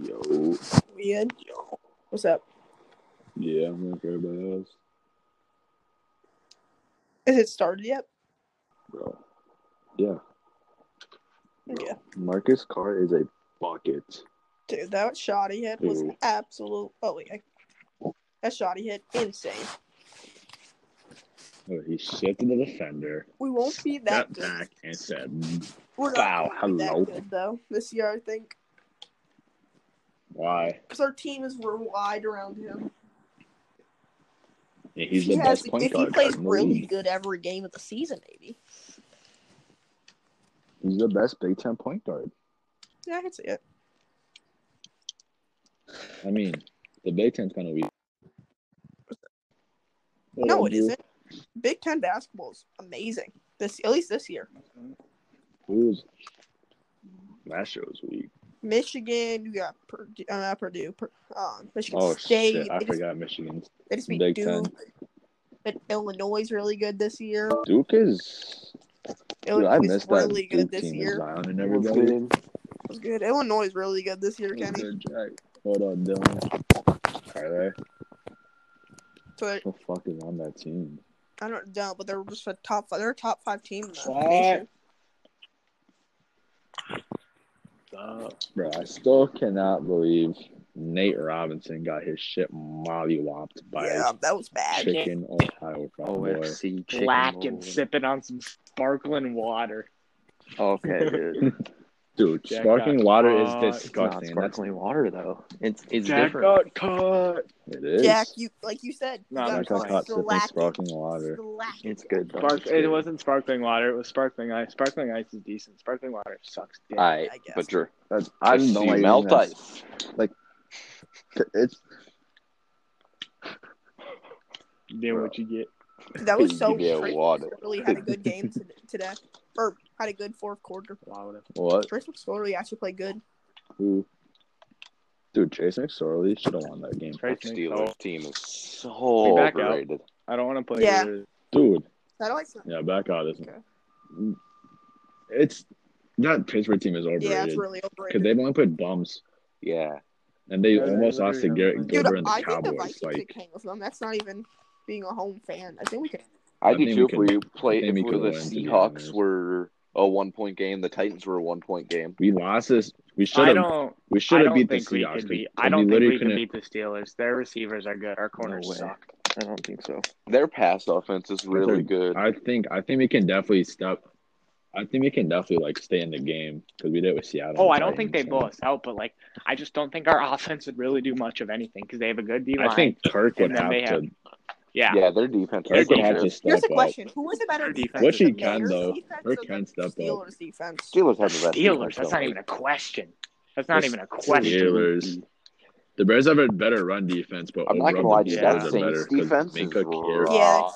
Yo. Yeah, Joe. What's up? Yeah, I'm like everybody else, Is it started yet? bro. Yeah, Yeah. Marcus Carr is a bucket. Dude, that shot he hit was Ew. absolute- absolute. Oh, wait. That shot he hit, insane. Oh, he shifted the defender, We won't be that stepped good. back, and said, We're Wow, not gonna be hello. that good, though, this year, I think. "Why?" Because our team is wide around him. Yeah, he's If he the has- best point If guard. he plays in the really league. good every game of the season, maybe. he's the best Big Ten point guard. Yeah, I can see it. I mean, the Big Ten's kind of weak. Oh, No, it isn't. Big Ten basketball is amazing. This, at least this year. Who's last year was weak. Michigan, you got Purdue, uh, not Purdue, Pur- um, Michigan Oh State. shit! I They just- forgot Michigan's They just beat Big Duke. But Illinois is really good this year. Duke is. Dude, I Illinois missed is really that Duke good this team year. with Zion and Never everybody. been. Was good. Illinois is really good this year, Kenny. Hold on, Dylan. Tyler. So they're- Who fuck is on that team? I don't know, but they're just a top five. They're a top five team. In the What? nation. Bro, I still cannot believe Nate Robinson got his shit mollywopped by Yeah, that was bad. chicken Ohio Oh, cowboy. OFC chicken. black bowl. and sipping on some sparkling water. Okay, dude. Dude, Jack sparkling got water caught. is It's not disgusting. That's sparkling water though. It's it's Jack uh, got different. caught. it is. Jack, you like you said, you No, got Jack got caught caught sipping slacking. sparkling water. Slacking. It's good though. Spark- It's it good. wasn't sparkling water. It was sparkling ice. Sparkling ice is decent. Sparkling water sucks. dick. I Alright, guess. but you're That's I I don't know. you why melt that's- ice. It's Then what you get? that was so Give me a Trace water. McSorley had a good game to- today, or had a good fourth quarter. Wow, what what? Trace McSorley actually played good. Who? Dude, Chase McSorley should have won that game. a price That makes Steelers all- team is so We back out. overrated. I don't want to play. Yeah. with- Dude, Satellite's not. yeah, back out isn't. Okay. It's that Pittsburgh team is overrated. Yeah, it's really Because overrated. they've only put bums, Yeah. and they Yeah, they almost lost literally to Garrett haven't Dude, Gilbert and the I think the Cowboys. Vikings Like, could hang with them. That's not even being a home fan. I think we could. I I do think too we if we play I think if we we could the win, to be Seahawks honest. were a one point game, the Titans were a one point game. we lost this. We I should have. don't. We I should have don't beat the think we Seahawks. could 'cause beat. I don't think literally we can couldn't- beat the Steelers. Their receivers are good. Our corners way. suck. I don't think so. Their pass offense is really good. I think. I think we can definitely step. I think we can definitely like stay in the game because we did it with Seattle. Oh, and I don't think they Titans, blow us out, but like, I just don't think our offense would really do much of anything because they have a good D and- line. I think Kirk would And then have, they to. yeah. Yeah, their defense Their Kirk is would have good. to too. step Here's the up. question: Who is a better Their defense? defense Which is he amazing. can, though. defense Kirk or can the step up. Steelers defense. Steelers have the best defense, Steelers. That's not though. even a question. That's not The even a question. Steelers. The Bears have a better run defense, but I'm not gonna overall, lie, the dude, that Steelers are Saints better 'cause defense is Minka cares. raw. Yeah, Ah.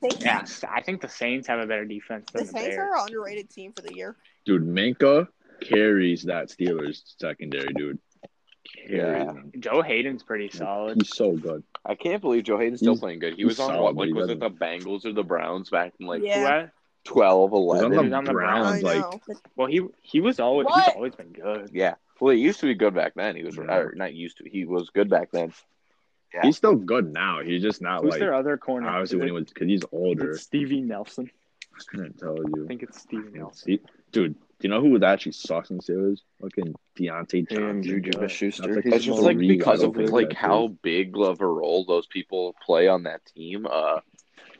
the Saints, Yeah, I think the Saints have a better defense the than the, Saints Bears. are an underrated team for the year. dude. Minka carries that Steelers secondary, dude. Carries Yeah. them. Joe Hayden's pretty solid. He's so good. I can't believe Joe Hayden's still He's- playing good. He he's was on solid, what? but he Like, was it the doesn't- Bengals or the Browns back in like Yeah. Well, twelve, He's eleven? on 12, 11? the, He's on the Browns, I like know. but Well, he he was always What? he's always been good. Yeah. Well, he used to be good back then. He was Yeah. or not used to. He was good back then. Yeah. he's still good now. He's just not Who's like their other corner? obviously Is when it- he was because he's older. is it Stevie Nelson. I couldn't tell you, I think it's Stevie Nelson. He- dude. Do you know who would actually sucks in Steelers? Fucking Deontay Johnson. And dude. Juju That's Smith-Schuster. like He's It's his just whole like league because I of don't like think how big of a role those people play on that team. Uh,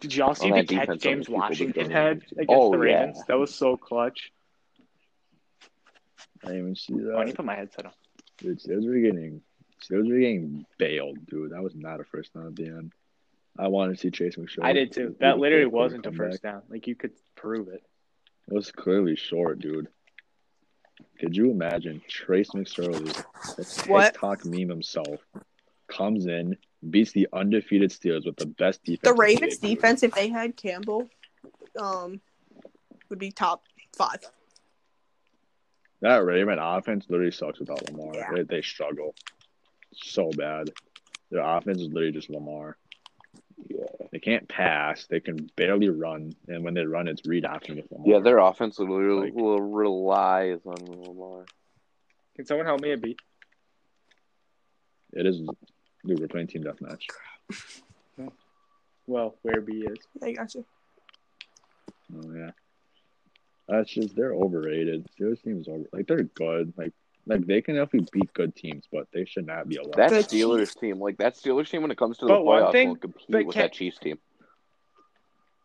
Did y'all On see the that catch defense, James other people would Washington go had crazy. against Oh, the yeah. Ravens? That was so clutch. I didn't even see Why don't you that. put my headset on? Dude, Steelers were getting Steelers were getting bailed, dude. That was not a first down at the end. I wanted to see Chase McSherry. I did too. That literally wasn't a first down. Like you could prove it. It was clearly short, dude. Could you imagine Trace McSorley, the What? TikTok meme himself, comes in, beats the undefeated Steelers with the best defense. The in league, Ravens dude. defense, if they had Campbell, um, would be top five. That Raven offense literally sucks without Lamar. Yeah. They, they struggle so bad. Their offense is literally just Lamar. Yeah. They can't pass. They can barely run, and when they run, it's read option with Lamar. yeah, their offense literally Like- relies on Lamar. Can someone help me a beat? It is. Dude, we're playing team deathmatch. Well, where B is. I got you. Oh yeah, that's just they're overrated. Steelers teams over like they're good. Like like they can definitely beat good teams, but they should not be allowed. That The Steelers team, like that Steelers team, when it comes to the But one playoffs, thing- will compete but with can- that Chiefs team.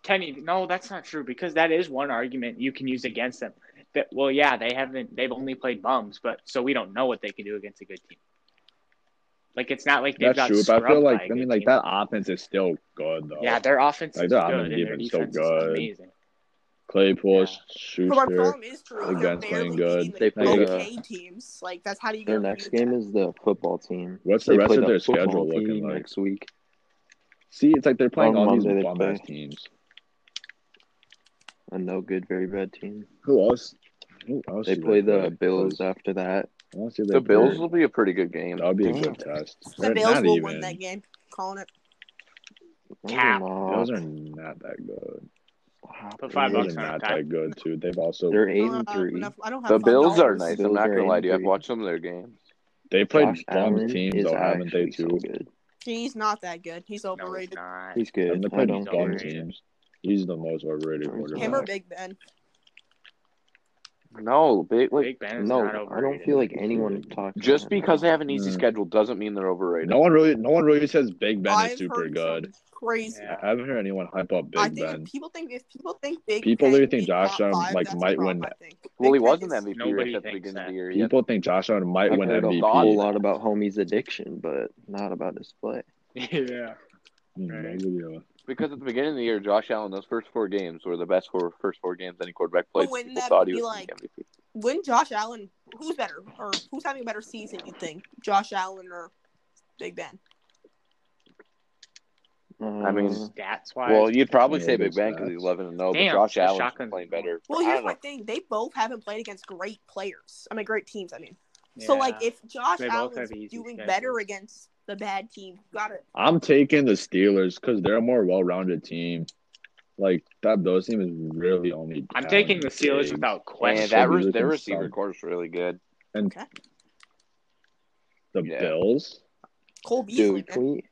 Kenny, no, that's not true because that is one argument you can use against them. That well, yeah, they haven't. They've only played bums, but so we don't know what they can do against a good team. Like it's not like they've That's got. true, but I feel scrubbed by like a I good mean like team. that offense is still good though. Yeah, their offense Like, is their good, offense and their defense so defense is good. amazing. Claypool, Yeah. But my Schuster. problem is true. Like, They're that's playing barely good. beating They the play, okay teams. Like that's how do you get Their rid of next that? game is the football team. What's the rest play of their football schedule team looking like? next week? See, it's like they're playing On all these Monday they bum ass play. teams. A no good, very bad team. Who else? Who else? They do play the Bills I after that. wanna see if they The play- Bills will be a pretty good game. That would be a Damn. good test. The They're Bills not will even- win that game. Calling it. Those are Cap. not- Bills are not that good. Stop Put it. Five Bills bucks are on not a tie. that good too. They've also They're eight Uh, and three. enough- I don't have The five Bills are dollars. nice. The I'm not Bills are gonna lie to you. I've angry. watched some of their games. they played Josh bum Allen teams is though, haven't they actually so too? good. He's not that good. He's No, it's overrated. not. He's And good. they I played don't He's bum care. overrated. teams. He's the most overrated He's Him quarterback. or not. Big Ben. No, big like Big Ben is No, not I overrated. don't feel like anyone talks. just about him. because they have an easy Mm. schedule doesn't mean they're overrated. No one really, no one really says Big Ben I've is super heard good. some Crazy. Yeah. I haven't heard anyone hype up Big I think Ben. if people think if people think Big People Ben literally think is Josh top Allen, five, like, that's a might problem, win I think. Well, he Big Ben was an is- MVP Nobody nobody at the thinks beginning of that. the year. He, had- People think Josh Allen might I've win heard a whole MVP. lot about homie's addiction, but not about his play. yeah. Right. Mm, because at the beginning of the year, Josh Allen, those first four games were the best four, first four games any quarterback But played. wouldn't People that thought he be was like- the MVP. When Josh Allen, who's better or who's having a better season? You think Josh Allen or Big Ben? I mean, Uh, Stats wise. Well, you'd probably Yeah, say good Big Ben because stats. he's eleven and zero, but Damn, Josh the Allen's shotgun's playing going. better. Well, I here's don't my know. thing: they both haven't played against great players. I mean, great teams. I mean, so yeah. like if Josh They both Allen's have easy doing schedules. better against the bad team, got it. I'm taking the Steelers because they're a more well-rounded team. Like that Bills team is really only. I'm down taking the Steelers big. without And question. Yeah, that Should be re- their looking receiver solid. core is really good. the yeah. Bills. Cole Beasley, dude, dude, can we?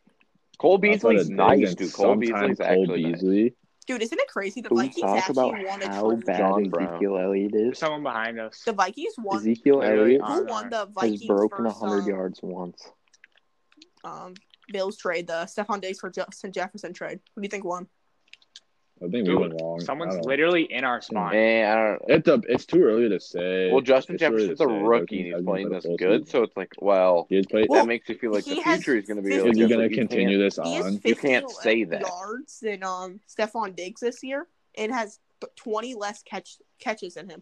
Cole I thought Beasley's it- nice, against dude. Cole sometime Beasley's Cole actually nice. Beasley. dude, isn't it crazy? The Can we Vikings talk actually about won a how trade. bad John Brown. Ezekiel Elliott is? Someone behind us. The Vikings won. Ezekiel Literally Elliott on- Who won the has Vikings broken first, hundred um, yards once. um Bills trade, the Stephon Diggs for Justin Jefferson trade. What do you think won? I think we Dude, went wrong. I Someone's don't- literally in our spot. Man, I don't It's a, it's too early to say. Well, Justin It's early to Jefferson's a say. rookie. and Jefferson He's hasn't playing played a this full good, season. so it's like, well, He has played. Well, that makes you feel like the he has- future is going to be Is really is good. he Yes, going but to can't- continue this He has on? You can't 15 say that. yards than um Stephon Diggs this year and has th- 20 less catch catches than him.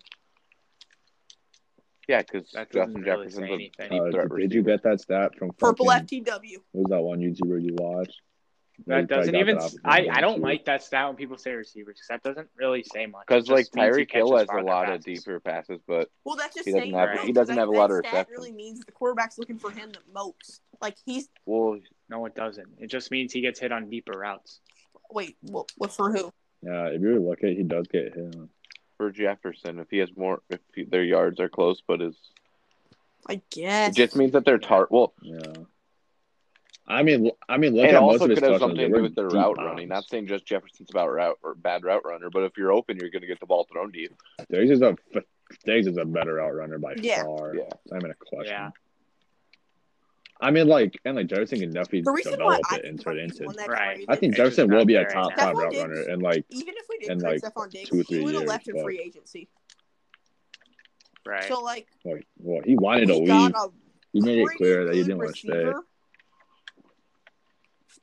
Yeah, because That doesn't Justin really Jefferson's say a deep anything. Uh, threat did you receiver. get that stat from Purple fucking- FTW. What was that one YouTuber you watched? Yeah, you That probably doesn't got even. that off of I, him, I don't too. like that stat when people say receivers because that doesn't really say much. Because It like just means he Tyreek Hill catches has a farther lot of passes. deeper passes, but Well, that's just He doesn't saying have- no, he because doesn't that- have a lot that of stat receptions. really means the quarterback's looking for him the most. Like he's well, No, it doesn't. It just means he gets hit on deeper routes. wait, what, what for who? Yeah, if you look at, it, he does get hit. for Jefferson, if he has more, if he, their yards are close, but his I it guess. just means that they're tar. Well, Yeah. I mean, I mean, look it at most also of his could have touchdowns. something they to were do with their deep route bombs. running. Not saying just Jefferson's about route or bad route runner, but if you're open, you're going to get the ball thrown to you. Diggs is a Diggs is a better out runner by Yeah. far. Yeah. It's not even a question. Yeah. I mean, like, and like Jefferson can definitely the reason why develop I it think and the turn it Vikings into. won that Right. trade I think It's just Jefferson not will be a there right top now. five Stephon route Diggs- runner, and like, even if we in, didn't trade like, Stephon Diggs, two or three he would have years, left in but- free agency. Right. So like like, well, he wanted to we leave. got a He made it pretty clear that he good didn't want to stay. receiver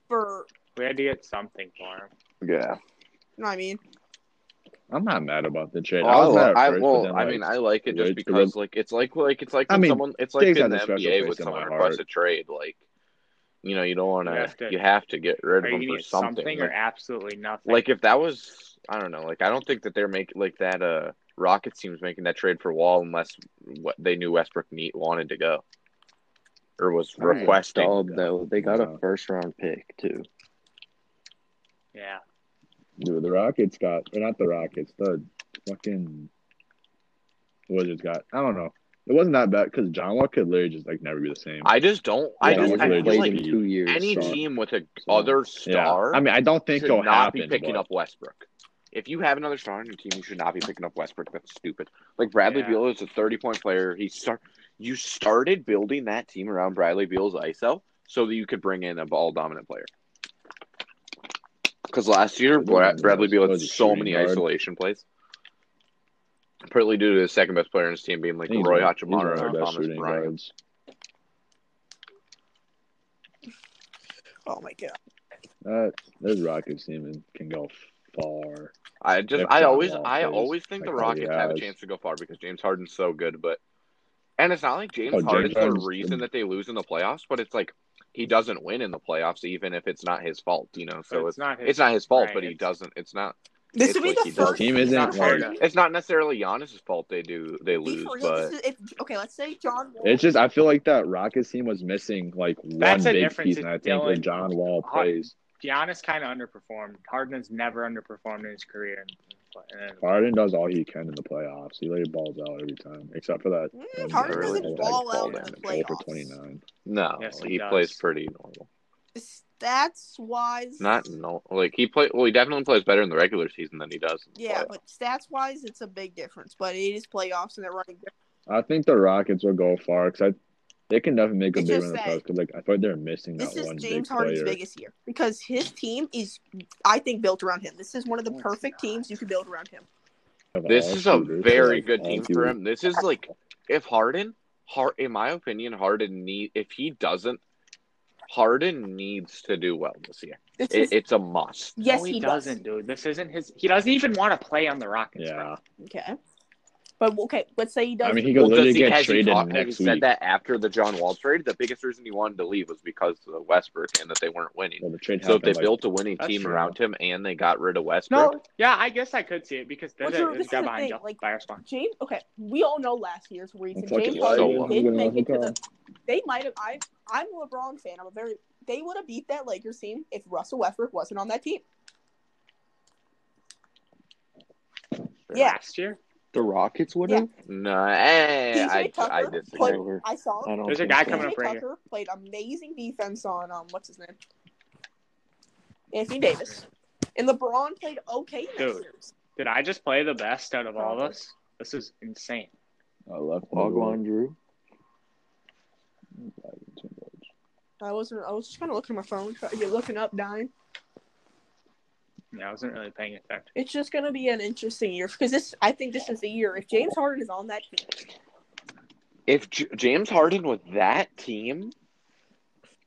For we had to get something for him. Yeah. you know what I mean? I'm not mad about the trade. I was Well, mad at I, first, but well, then, I mean, like, I like it wait, just the because, like, it's like, like, it's like I when mean, someone, it's like Diggs in has the a special NBA place with in my someone heart. requests a trade, like, you know, you don't want You have to, to- you have to get rid Are of you them gonna for get something, something. or Like, absolutely nothing? like, if that was, I don't know, like, I don't think that they're making like that. Uh, Rockets team's making that trade for Wall unless what they knew Westbrook neat wanted to go, or was I'm requesting. Dog though, they got Yeah. a first round pick too. yeah. Dude, the Rockets got, or not the Rockets, the fucking Wizards got. I don't know. It wasn't that bad because John Wall could literally just like never be the same. I just don't. I Yeah, just look I at feel Lady like Gaga. two years. any so- team with a so- other yeah. star I mean, I don't think should it'll not happen. be picking but- up Westbrook. If you have another star on your team, you should not be picking up Westbrook. That's stupid. Like Bradley Yeah. Beal is a thirty-point player. He start you started building that team around Bradley Beal's ISO so that you could bring in a ball-dominant player. Because last year, What Bra- was it? Bradley Beal had Was it so shooting many guard? isolation plays, partly due to his second best player in his team being I like think he's Roy one- he's one of Hachimura our or best Thomas shooting Bryant. guards. Oh my god. That this Rockets team is- can go far. I just If I John always Wall I plays always think like the how he Rockets have a has. chance to go far because James Harden's so good, but and it's not like James Oh, James Harden's Harden's the the- reason that they lose in the playoffs, but it's like he doesn't win in the playoffs even if it's not his fault, you know. So So it's it's not. His, it's not his fault, right, but he it's- doesn't it's not This It's would be what the he first. does. This team isn't John like- Harden- it's not necessarily Giannis's fault they do they be lose, for real, this but is, if, okay, let's say John Wall. It's just I feel like that Rockets team was missing like one That's the big difference piece, and I is think when Dylan- John Wall plays, Giannis kind of underperformed. Harden's never underperformed in his career. In, in, in, Harden does all he can in the playoffs. He literally balls out every time, except for that. Mm, one Harden game doesn't where he had, ball out in damage, the all for playoffs. twenty nine. no, Yes, he he does. plays pretty normal. Stats wise, Not no like he play well he definitely plays better in the regular season than he does. in the Yeah, playoffs. but stats wise, it's a big difference. But it is playoffs, and they're running. different. I think the Rockets will go far because they can definitely make a It's big just run in the that- playoffs because like I feel like they're missing This that is one James big Harden's player. biggest year because his team is, I think, built around him. This is one of the No, it's perfect not. teams you can build around him. of This all is a shooters, very like, good all team for shooters. him. This is like if Harden, Har- in my opinion, Harden need if he doesn't, Harden needs to do well this year. This It, is- it's a must. yes, no, he, he, does. doesn't, dude. This isn't his. He doesn't even want to play on the Rockets. bro. Yeah, Okay, but okay, let's say he does. I not mean he could literally does he- get has he traded talked- has next he week. said that after the John Wall trade, the biggest reason he wanted to leave was because of Westbrook and that they weren't winning. Well, the trade So if happened, they like, built a winning That's team true. around him and they got rid of Westbrook, No, yeah, I guess I could see it because then Well, Drew, it this was is the got behind thing, John like- by response. James, okay, we all know last year's reason. fucking James so Harden what? did We're make gonna it to have a the. They might have. I I'm a LeBron fan. I'm a very. They would have beat that Lakers team if Russell Westbrook wasn't on that team. Yeah. Last year, The Rockets would have. no, eh, PJ I, Tucker I played- disagree. Over. I saw I don't. There's a think guy so. coming up. PJ right here. Tucker played amazing defense on um what's his name? Anthony Davis. And LeBron played okay next Dude. year. did I just play the best out of all of us? This is insane. I left Bogwan Drew. I wasn't I was just kinda looking at my phone, try- you're looking up dying. Yeah, I wasn't really paying attention. It's just gonna be an interesting year because this I think this is the year. If James Harden is on that team, if J- James Harden with that team,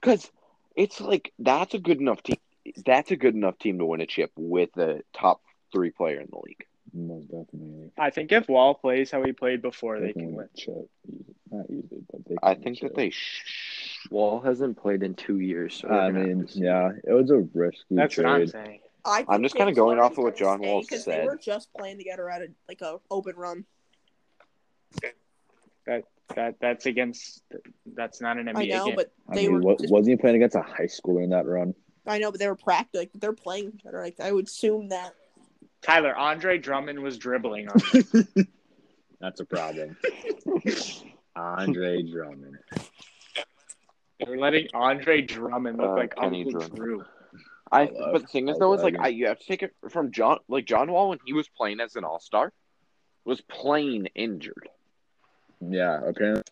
because it's like that's a good enough team. That's a good enough team to win a chip with a top three player in the league. Most definitely. I think if Wall plays how he played before, they can win Mm-hmm. win. a chip. Not easily, but they. Can I win a think chip. that they. Sh- Wall hasn't played in two years. So I we're gonna mean, have to see. yeah, it was a risky That's what I'm trade. saying. I think I'm just kinda James going Harden's off of what gonna John Wall stay 'cause They said. were just playing together at a like a open run. That that's against. That's not an NBA I know, game. but I they mean, were what, just- wasn't he playing against a high schooler in that run? I know, but they were practicing. Like, they're playing together. Like I would assume that Tyler Andre Drummond was dribbling on. them. That's a problem. Andre Drummond. they were letting Andre Drummond look Uh, like Kenny Uncle Drummond. Drew. I love- but the thing is I though is like love I, it. you have to take it from John like John Wall when he was playing as an All Star, was playing injured. Yeah, apparently.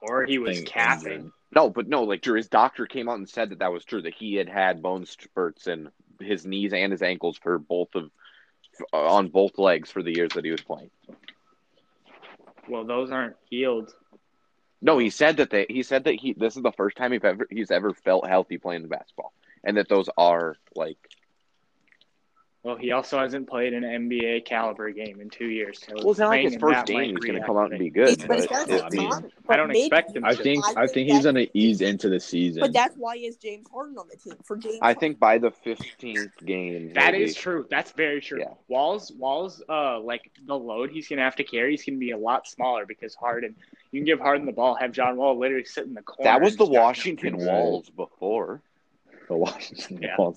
or he was capping. No, but no, like his doctor came out and said that that was true that he had had bone spurts in his knees and his ankles for both of on both legs for the years that he was playing. Well, those aren't healed. No, he said that they, he said that he this is the first time he's ever he's ever felt healthy playing basketball, and that those are like Well, he also hasn't played an NBA caliber game in two years. So well, it's not like playing his in first that game might he's going to reactivate. come out and be good. It's- But but it's gotta I take I mean, mean, time. I But don't maybe- expect him I to. think I I think think he's that- gonna ease into the season. But that's why is James Harden on the team for James. I think by the fifteenth game, That he'll is be- true. That's very true. Yeah. Walls, Walls, uh, like the load he's gonna have to carry is gonna be a lot smaller because Harden. You can give Harden the ball, have John Wall literally sit in the corner. that was and the just not- Washington Right. Walls before. the Washington Yeah. Wall.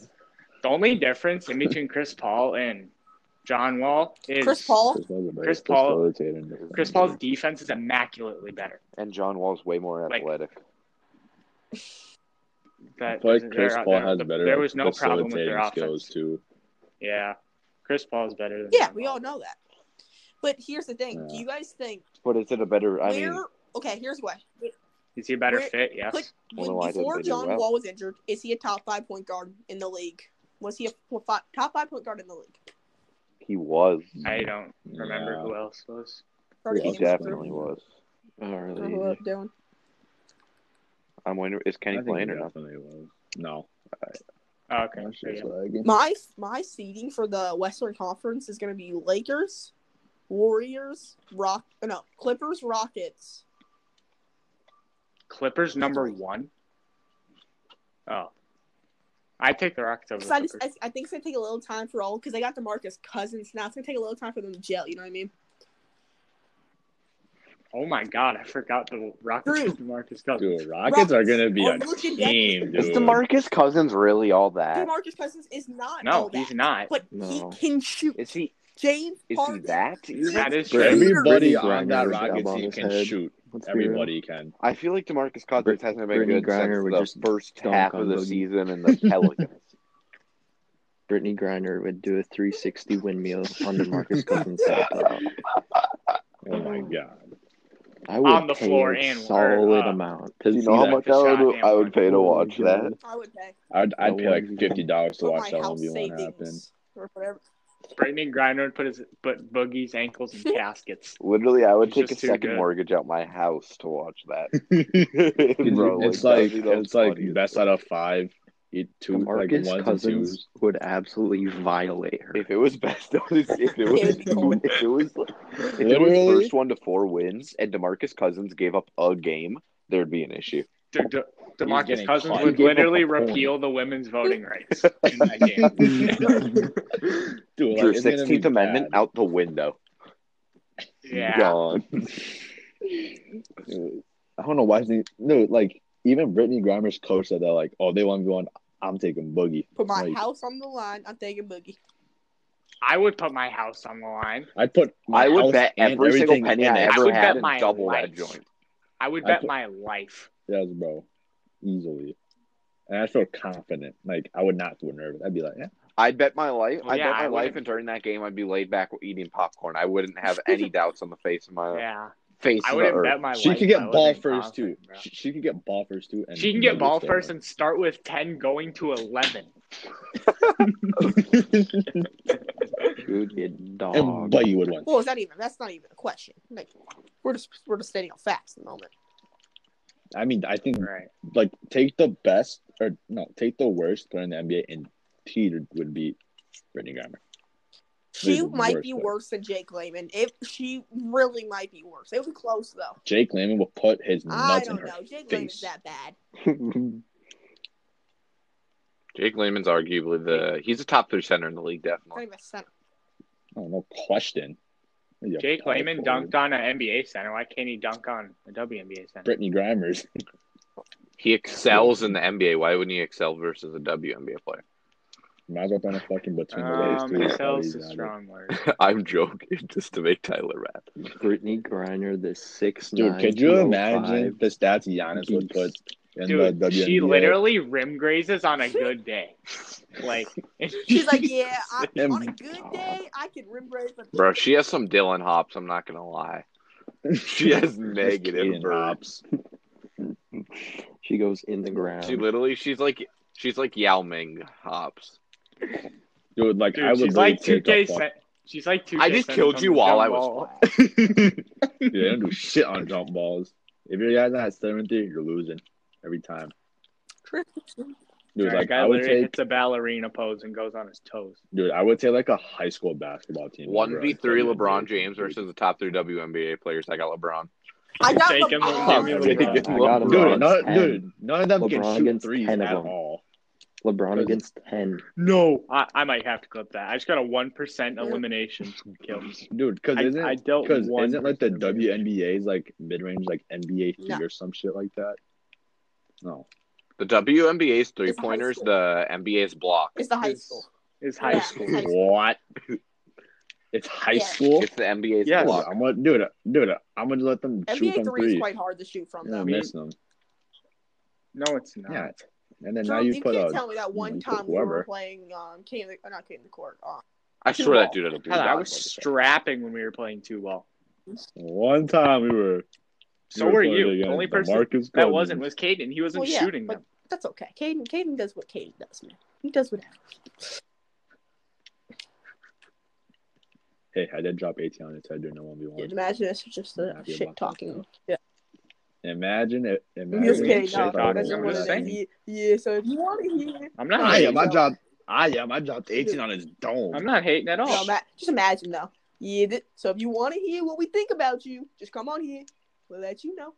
The only difference in between Chris Paul and John Wall is Chris Paul. Chris Paul's a Chris better- Paul- facilitator than- Chris Paul's defense is immaculately better. and John Wall's way more Like- athletic. I That feel like there- Chris there- Paul there- has better There was no problem with their facilitating skills offense. too. Yeah, Chris Paul's better. Than Yeah, John we Wall. all know that. But here's the thing: Do Yeah. you guys think But is it a better? I where? mean, okay, here's why. Is he a better Where- fit? Yes. Quick, Well, when, why didn't before they do John well? Wall was injured, is he a top five point guard in the league? Was he a f- fi- top five point guard in the league? he was. I don't remember Yeah. who else was. Sorry, He Yeah, Kenny, what's definitely your- was. Not or who- really. Dylan? I'm wondering, is I Kenny think playing he or not? definitely was. No, Oh, okay. That's there you just go. lagging. My my seeding for the Western Conference is going to be Lakers, Warriors, Rock uh, no Clippers, Rockets. Clippers number one. Oh, I take the Rockets over. 'Cause the I just Clippers. I, I think it's going to take a little time for all because they got DeMarcus Cousins now. It's going to take a little time for them to gel. You know what I mean? Oh my god, I forgot the Rockets Drew. and DeMarcus Cousins. Dude, Rockets are gonna be Or a look at team, Is dude. DeMarcus Cousins really all that? DeMarcus Cousins is not No, all that, he's not. but No. he can shoot. Is he? James Is he Harden. that? even? That is For true. everybody Brittany on Griner that with Rockets elbow on team his can head. shoot. Let's be real. Everybody can. I feel like DeMarcus Cousins Brit- hasn't been Brittany good Griner since would the just first dunk half on of the Boogie. season in the Pelicans. Brittany Griner would do a 360 windmill on DeMarcus Cousins' head. Oh my god. I would On the pay floor a and- or, solid uh, amount to Do you see know how that. much the shot I would, and I one. would pay to Oh my watch that? God. I would pay I'd I'd Oh pay my like fifty dollars to for watch my that one house v one happen. savings or whatever. Brandon Griner would put his put Boogie's ankles in caskets. Literally, I would He's take a just too second good. mortgage out my house to watch that. 'Cause Bro, you- it's that would like be the it's like funniest. best out of five. It two like DeMarcus ones and Cousins twos. would absolutely violate her. If it was best, if it was, would be cool. if it was, if it was Literally? first one to four wins, and Demarcus Cousins gave up a game, there'd be an issue. De- De- DeMarcus getting Cousins caught. would He gave up literally a point. repeal the women's voting rights in that game. Dude, like, it's Drew, gonna be Sixteenth Amendment bad. out the window. Yeah. Gone. Dude, I don't know why they no like even Brittany Grimer's coach said that like oh they want to go on I'm taking Boogie. Put my Like, house on the line. I'm taking Boogie. I would put my house on the line. I'd put my I would house bet and every single everything penny in I it. I ever would bet had my and double life. that joint. I would I bet put- my life. Yes, bro, easily. And I feel confident. Like I would not feel nervous. I'd be like, eh. yeah, I'd bet my life. Well, I yeah, bet my I life, wouldn't- and during that game, I'd be laid back eating popcorn. I wouldn't have any doubts on the face of my Yeah. face. I of the wouldn't earth. bet my life. she could I get ball wasn't first too. confident, bro. She, she could get ball first too. And She can get ball nobody first and start with 10 going to 11. still wins. Good dog. and but you would win. Well, is that even? That's not even a question. Like, we're just we're just stating facts at the moment. I mean, I think Right. like take the best or no, take the worst player in the NBA, and T would be Brittany Grimer. She Who's the might worst be player? worse than Jake Layman. If she really might be worse, it was close though. Jake Layman will put his I nuts in don't her. know. Jake face. Layman's that bad. Jake Lehman's arguably the he's a top three center in the league, Not definitely. even a center. Oh, no question. Yeah, Jake power Layman forward. dunked on an NBA center. Why can't he dunk on a WNBA center? Brittany Grimer's. He excels in the NBA. Why wouldn't he excel versus a WNBA player? Might as well throw a fucking between the Um, legs. excel's too. a strong word. I'm joking, just to make Tyler rap. Brittany Griner, the six Dude, nine, could you 205. imagine the stats Giannis would put in the Dude, WNBA? she literally rim grazes on a good day. Like, She's like, yeah. I, Damn. on a good day, I can rim raise, but Bro, she has some Dylan hops, I'm not gonna lie. She has negative Keenan verbs. Hobbs. She goes in the ground. She literally she's like she's like Yao Ming hops. Dude, like dude, I would she's really like take a 2K. fuck- Sen- she's like 2K. I just Sen killed from you the while I jump was ball. Yeah, they don't do shit on jump balls. If your guys not at 70, you're losing every time. Dude, Dude, like guy I would literally take, hits a ballerina pose and goes on his toes. dude, I would take like a high school basketball team. One over a v three WNBA LeBron team, James dude. versus the top three WNBA players. I got LeBron. I got Take him, LeBron. give me Take LeBron. him. I got him. Dude, none, against 10. dude, none of them LeBron can shoot against threes 10 of at them. all. LeBron Good. against ten. No, I, I might have to clip that. I just got a one percent elimination kill. Dude, because I, isn't I dealt because one. isn't like the percent of it. WNBA's like mid range like NBA three No. or some shit like that? No, The WNBA's three pointers, school. the NBA's block. It's the high It's- school. is high Yeah. school. High school. what? It's high Yeah. school. It's the NBA's Yeah, block. I'm gonna do it. Do it. I'm gonna let them shoot NBA them three is three. quite hard to shoot from Yeah, I though. miss them. No, it's not. Yeah, And then Jerome, now you, you put can't a tell me that one you put time we were whoever. playing um King of the, not King of the Court. Um, I Two swear that ball. dude had a blue Tyler, I dot was by the time. strapping when we were playing two ball. one time we were. So we were playing you. The against only person Marcus that Cousins. wasn't was Caden. He wasn't Well, yeah, shooting but- them. that's okay. Caden Caden does what Caden does, man. He does whatever. Hey, I did drop 18 on his head during the one v Dude, one. imagine this is just I'm a happy shit about that, talking. though. Yeah, Imagine it. I'm Imagine just if kidding. shit No, I that would've isn't I'm what won just it that saying. game. is. Yeah, so if you want to hear, I'm not. I hating. am. I dropped. I am. I dropped 18 on his dome. I'm not hating at all. no, ma- just imagine though. Yeah, th- so if you want to hear what we think about you, just come on here. We'll let you know.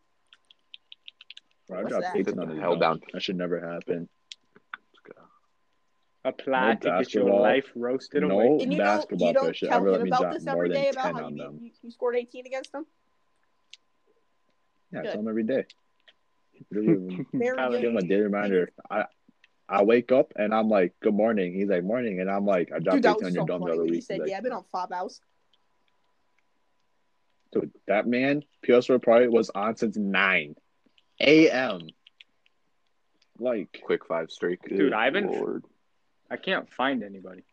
Bro, I What's dropped that? 18 on his Hell dome. down. That should never happen. Apply No to get your basketball. life roasted No. away. And you Basketball don't, you player should don't tell ever let him me about drop this more every than day about 10 how on you, them. beat, you you scored 18 against them. Yeah, I Good. tell him every day. Literally, Very Tyler, I give him good. a daily reminder. I I wake up and I'm like, "Good morning." He's like, "Morning," and I'm like, "I dropped Dude, that 18 on was your so dome the funny other when you week." said, He's like, "Yeah, I've been on Five Hours." Dude, that man, Piotr probably was on since 9 a.m. Like, Quick five streak. Dude, I've been- Lord. I can't find anybody.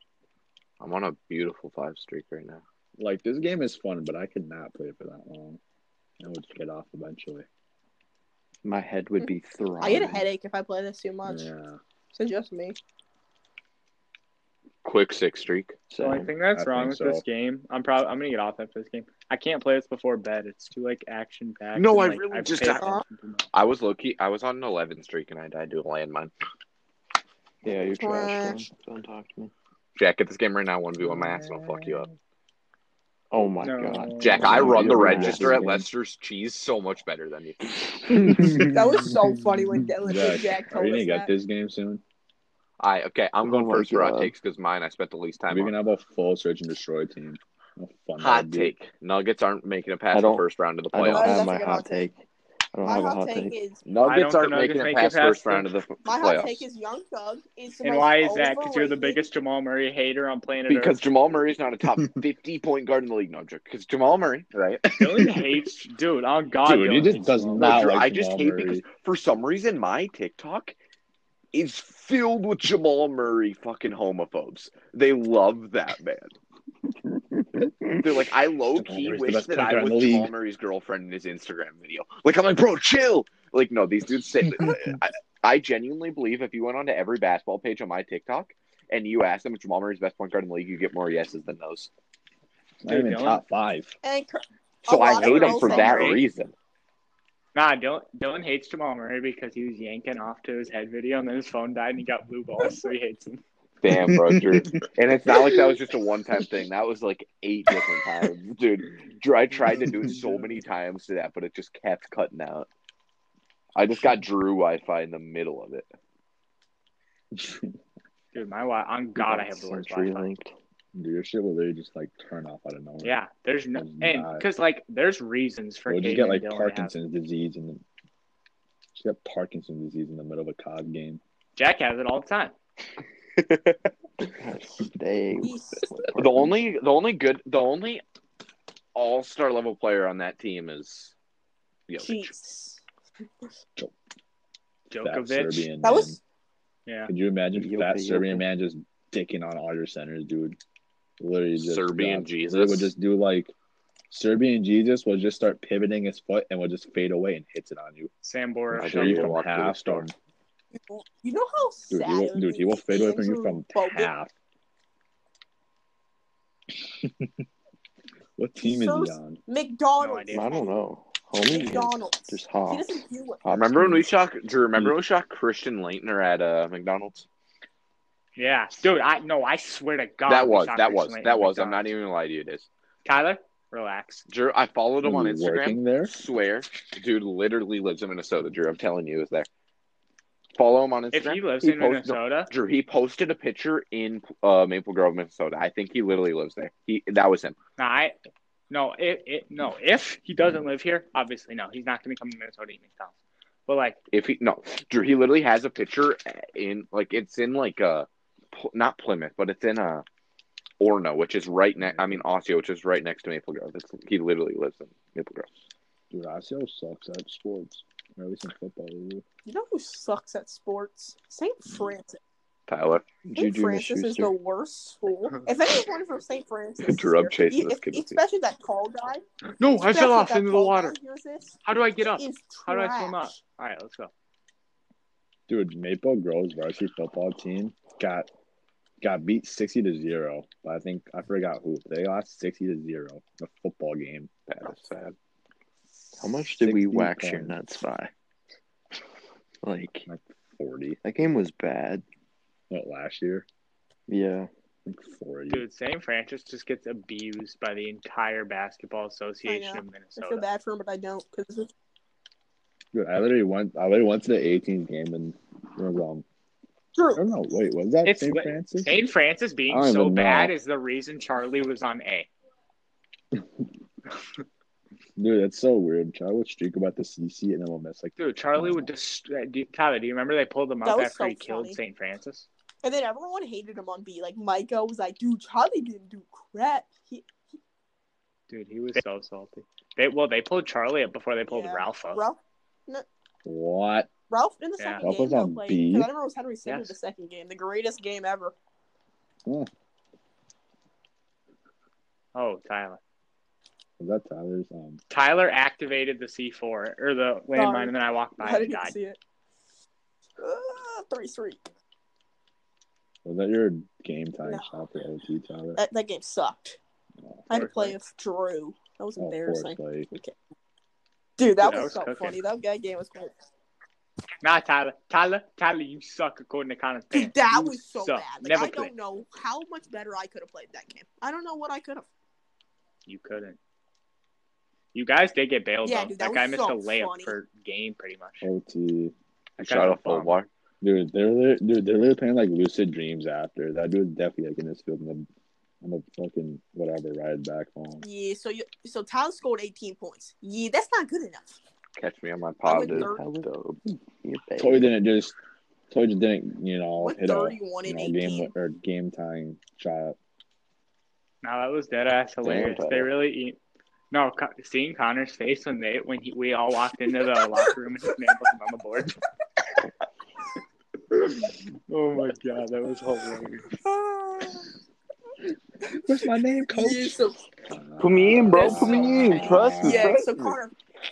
I'm on a beautiful five streak right now. like this game is fun, but I could not play it for that long. I would get off eventually. My head would be throbbing. I get a headache if I play this too much. Yeah, So just me. Quick six streak. The only Same. thing that's I wrong with think this so. game, I'm probably I'm gonna get off after this game. I can't play this before bed. It's too like action packed. No, I really just got- I was low key. I was on an 11 streak and I died to a landmine. Yeah, you're trash. Trash. Don't, don't talk to me. Jack, get this game right now. One v one my ass, and I'll fuck you up. Oh my Jack, No, I no, run the you're not. register at Lester's Cheese so much better than you. god. That was so funny when Dylan Jack, Jack are told you us gonna get that. this game soon? I okay. I'm going Oh my first for hot God. takes because mine I spent the least time. We're on. gonna have a full search and destroy team. How fun that Hot would be. take: Nuggets aren't making it I past the don't- first round of the I don't playoffs. Oh, that's have a my good hot hot take. take. I don't My have a hot hot take take. is I don't Nuggets aren't think making Nuggets it make past it past first the- round of the f- my playoffs hot take is Young Thug is the And most why is that? Because you're the overrated- biggest Jamal Murray hater on planet because Earth. Jamal Murray's not a top 50 point guard in the league. No joke. Because Jamal Murray, right? Dylan hates, dude. On God, Dude, he Dylan just hates does Jamal not No, Drew, like I just Jamal hate Murray. because for some reason my TikTok is filled with Jamal Murray fucking homophobes. They love that man. They're like, I low Jamal key Murray's the wish best that point I guard in was the league. Jamal Murray's girlfriend in his Instagram video. Like, I'm like, bro, chill. Like, no, these dudes say. I, I genuinely believe if you went onto every basketball page on my TikTok and you asked them if Jamal Murray's the best point guard in the league, you get more yeses than those. Not even Dylan. top five. And cur- A So I lot of hate him girls for say that Murray. reason. Nah, Dylan, Dylan hates Jamal Murray because he was yanking off to his head video and then his phone died and he got blue balls, so he hates him. Damn, bro, Drew. And it's not like that was just a one time thing. That was like eight different times. Dude, Drew, I tried to do it so many times to that, but it just kept cutting out. I just got Drew Wi Fi in the middle of it. Dude, Dude, my wife, on God, I have the worst Tree Wi-Fi. linked. your shit will literally just like turn off out of nowhere. Yeah, there's no, Oh Does and not. because like there's reasons for. We'll Caden just get like Dylan to have- Parkinson's disease and then just get Parkinson's disease in the middle of a COD game. Jack has it all the time. God, Stay. He's- The only the only good the only all star level player on that team is Jokic. Jeez. Fat Djokovic. Serbian That man. was Yeah. Could you imagine Yoka, fat Serbian yoka. man just dicking on all your centers, dude? Literally just Serbian drop- They would Jesus. just do like Serbian Jesus will just start pivoting his foot and will just fade away and hits it on you. Sam Bora. I Or don't you even from walk through the half store. storm. You know how Dude, sad. he it will, would dude, be he will to fade see away from you Andrew from Bogut- half. What team is he So- on? No McDonald's. idea. I don't know. Homie is McDonald's. just He hot. doesn't do it. Remember when we shot Drew, remember when we shot Christian Leitner at uh, McDonald's? Yeah, dude. I no, I swear to God. that we was, shot that Christian was, Leitner that was. I'm not McDonald's. even gonna lie to you, it is. Tyler, relax. Drew, I followed him on Was he Instagram. Working there? Swear, dude, literally lives in Minnesota. Drew, I'm telling you, is there. Follow him on Instagram. If he lives He in posts- no, Minnesota, Drew, he posted a picture in uh, Maple Grove, Minnesota. I think he literally lives there. He that was him. no, I, no, it, it, no. If he doesn't live here, obviously no, he's not gonna come to Minnesota to eat McDonald's. But like, If he no, Drew, he literally has a picture in like it's in like uh, Pl- not Plymouth, but it's in uh, Orno, which is right next. I mean Osseo, which is right next to Maple Grove. It's, he literally lives in Maple Grove. Dude, Osseo sucks at sports. Or at least in football. really. You know who sucks at sports? St. Francis. Tyler, St. Juju Francis is the Schuster. worst school. If anyone from St. Francis, is Drug here- chase e- this if- kid. especially that tall guy. No, I especially fell off that into the tall water. guy hears this, How do I get up? is How do I swim up? trash. All right, let's go. Dude, Maple Grove's varsity football team got got beat sixty to zero. But I think I forgot who. They lost sixty to zero. in A football game. that is sad. How much did we 60 wax your points. nuts by? Like Forty. that game was bad. What last year? Yeah. Like forty. Dude, St. Francis just gets abused by the entire Basketball I Association know. of I feel Minnesota. bad for him, but I don't because Dude, I literally went. I literally went to the 18th game and we're wrong. I Drew. don't know. Wait, was that It's St. what- Francis? St. Francis being I don't so even know. bad is the reason Charlie was on A. Dude, that's so weird. Charlie would streak about the CC and then we'll miss. Like, Dude, Charlie would just. uh, Do, Tyler, do you remember they pulled him That up was after he so killed funny. St. Francis? And then everyone hated him on B. Like Micah was like, "Dude, Charlie didn't do crap." He, Dude, he was so salty. They well, they pulled Charlie up before they pulled Yeah. Ralph up. Ralph, what? Ralph in the Yeah. second Ralph game was though, on played B? because I remember it was Henry Singer Yes. the second game, the greatest game ever. Oh, Tyler. Was that Tyler's? Um, Tyler activated the C four or the landmine, and then I walked by I and didn't died. see it. Uh, three three. was that your game time No. shot for OT, Tyler? That, that game sucked. I had to Fortnite. play with Drew. That was Oh, embarrassing. Forsythe. Dude, that Dude, was, I was so cooking. funny. That, that game was cool. Nah, Tyler. Tyler. Tyler, you suck according to Connor's Dude, parents. that You was so suck. bad. Like, Never I play. don't know how much better I could have played that game. I don't know what I could have. You couldn't. You guys did get bailed Yeah, though. dude, that that guy was missed so a layup funny. for game pretty much. OT. He That guy shot was off a the bomb. bar. Dude, they're li- dude, they're literally playing like Lucid Dreams after that dude's definitely like in this field on the on the fucking whatever ride back home. Yeah, so you so Tyler scored 18 points. Yeah, that's not good enough. Catch me on my I went positive. third. dub. You Toy baby. didn't just Toy just didn't you know Went hit a 31 you and know, game 18. or game time shot. No, that was dead ass hilarious. Tyler. they really eat. No, Co- seeing Connor's face when they when he, we all walked into the locker room and his name wasn't on the board. oh my god, that was hilarious. What's my name, coach? Ah, Yeah, so, Put me in, bro. Put me in. Uh, Trust me. yeah, Trust so me. Connor,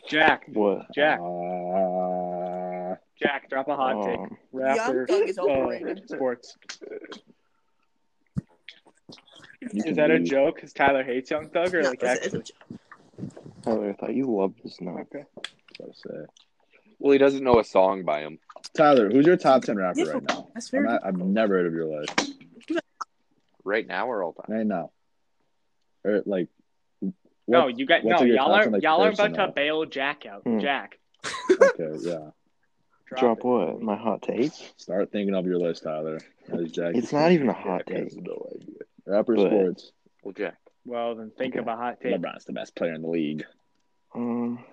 Jack, What? Jack, Uh, Jack, drop a hot take. Um, Rapper, Young Thug is uh, overrated. sports. you Is can that a leave. joke? Because Tyler hates Young Thug, or no, like it's- it's a actually? Tyler, I thought you loved this nut. Okay. What I say. Well, he doesn't know a song by him. Tyler, who's your top ten rapper right difficult. now? That's I'm very not, I've never heard of your list Right now or all time. right now, or like. what- No, you got what's no. in your Y'all top are ten, like, y'all are about to personal? bail Jack out. Hmm. Jack, Okay, yeah. drop, Drop it. what? My hot take? Start thinking of your list, Tyler. As Jack, It's not even a Jack hot take. has no idea. Rapper But- sports. Well, Jack. Well, then think Okay. of a hot take. LeBron's the best player in the league. Um,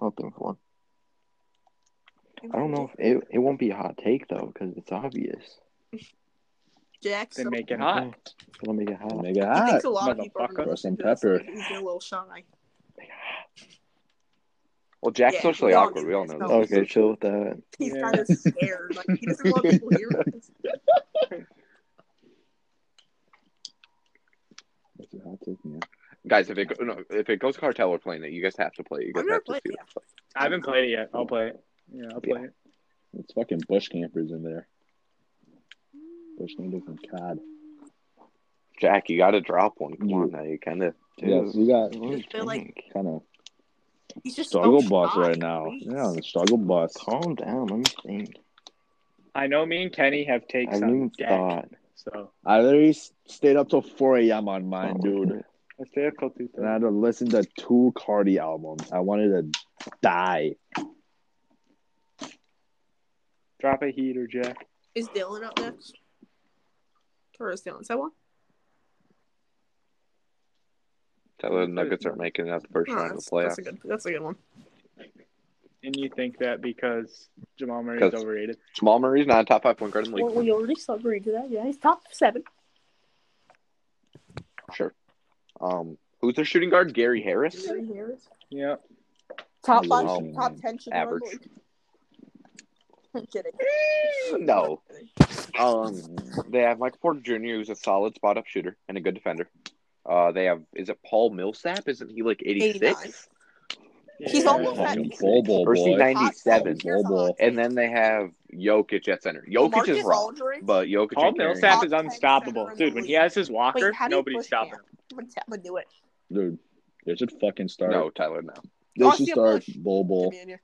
I'll think of one. difficult. I don't know if it, it won't be a hot take though, because it's obvious. Jack. Then so- make it hot. Okay. It's gonna make it hot. Make it He hot. thinks a lot of people are motherfucker. Throw some That's- pepper. He's a little shy. Well, Jack's Yeah, socially we all awkward. knew We all this. know Oh, that. Okay, chill with that. He's Yeah. kind of scared. Like he doesn't want people here. What's your hot take, man? Guys, if it go, no, if it goes cartel, we're playing it. You guys have to play. it. You guys I'm not have to playing see it. it. It's like- I haven't played it yet. I'll play it. Yeah, I'll play it. It's fucking bush campers in there. Bush campers and cod. Jack, you got to drop one. Come Yeah. Mm. on now. You kind of. Dude, Yes, we got what do you They're like- think? kind of He's just struggle so bus shy, right now. please. Yeah, the struggle bus. Calm down. Let me think. I know me and Kenny have I takes haven't on even Jack, thought. so I literally s- stayed up till 4 a.m. on Oh, mine, dude. let's stay up till two And I thirty. had to listen to two Cardi albums. I wanted to die. Drop a heater, Jack. Is Dylan up next? Or is Dylan? Is that one? Mm. Tyler the Nuggets aren't making it out the first Oh, round of that's, the that's a playoffs. good. That's a good one. And you think that because Jamal Murray's 'Cause- overrated? Jamal Murray's not a top five point guard in the league. we already agreed to that. Yeah, he's top seven. sure. Um, who's their shooting guard? Gary Harris. Yeah. Top Oh, five, wow. top ten should Average. I'm kidding. No. Um, they have Michael Porter Jr., who's a solid spot up shooter and a good defender. Uh, they have is it Paul Millsap? Isn't he like eighty 89. six? He's Yeah. almost at Fucking 86. Bobo Or is he boy. 97? Here's a hot take. And then they have Jokic at center. Jokic Lamarcus is raw, Aldridge? but Jokic. Paul ain't carrying Millsap it. is unstoppable, dude. When he has his walker, Wait, how do you nobody's push stopping him? him. I'm gonna tap- I'm gonna do it. Dude, they should fucking start. No, Tyler, no. They Oh, should see a start push. Come Bobo. here, here.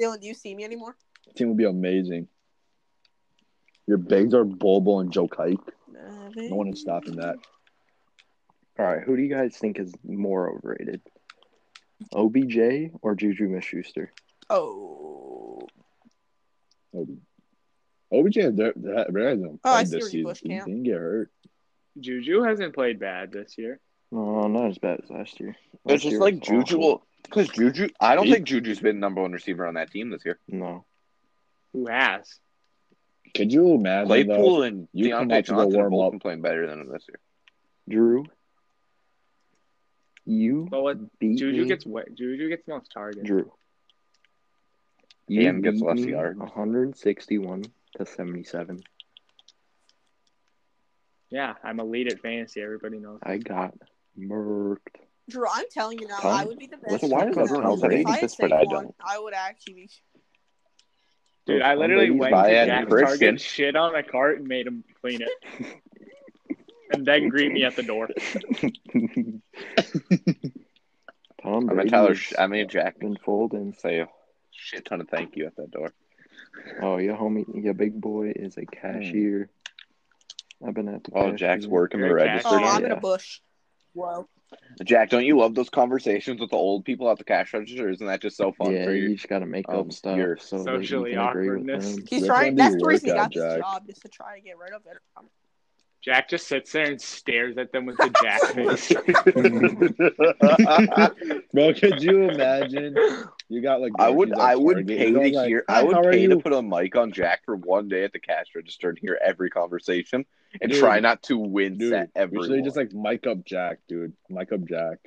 Dylan, do you see me anymore? Team would be amazing. Your bigs are Bobo and Joe Kike. No one is stopping that. All right, who do you guys think is more overrated? OBJ or Juju Smith-Schuster? Oh. Ob- OBJ has their, their, their hasn't Oh, I played see this where you season. pushed He him. didn't get hurt. Juju hasn't played bad this year. No, not as bad as last year. It's Last just year like was awful. Juju, because Juju. I don't He- think Juju's been number one receiver on that team this year. No, Who has? Could you imagine Claypool though? and you come Deontay up to the Johnson warm are both up. been playing better than him this year. Drew. You Well, what- beat Oh, Juju me. gets what? Juju gets most targets. Drew. And gets less yards. 161 to 77. Yeah, I'm elite at fantasy. Everybody knows. I got murked. Drew, I'm telling you now, Tom, I would be the best. so why player does now. everyone else If hate I had this, but I Saquon, don't? I would actually be. Dude, Those I literally unbelievable went to Bayad Jack Christian. Target, shit on a cart, and made him clean it, and then greet me at the door. Tom I mean, Brady Tyler. has I mean, Jack. been folding. Say a shit ton of thank you at that door. Oh, your homie, your big boy is a cashier. I've been at the Oh, cashier. Hmm. Jack's working the Very register. Sure, Oh, yeah. I'm in a bush. Whoa. Jack, don't you love those conversations with the old people at the cash register? Isn't that just so fun Yeah, for you you? just gotta make um, up stuff your so that you socially can agree with awkwardness. them. He's That's trying. gonna be That's the reason he workout, got this Jack. job, just to try and get rid of it. Jack just sits there and stares at them with the Jack face. Bro, could you imagine? You got like I would, Dorothy's at I would Target. pay You to go, like, hear. "Hi, I would how are pay to you?" put a mic on Jack for one day at the cash register and hear every conversation and Dude. try not to wince dude. at We everyone. should just like mic up Jack, dude. Mic up Jack.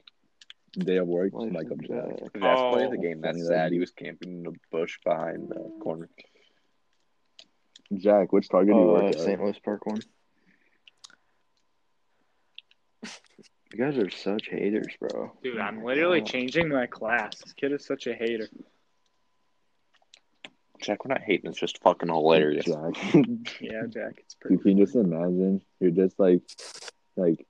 Day of work, Life just mic up of Jack. Jack. That's Oh. playing the game. That's Funny, sad. that'd He be- was camping in the bush behind the corner. Jack, which target do you Uh, work at? St. Louis Park one. You guys are such haters, bro. Dude, I'm literally Oh. changing my class. This kid is such a hater. Jack, we're not hating. It's just fucking hilarious. Jack. Yeah, Jack, it's You pretty. can just imagine you're just like, like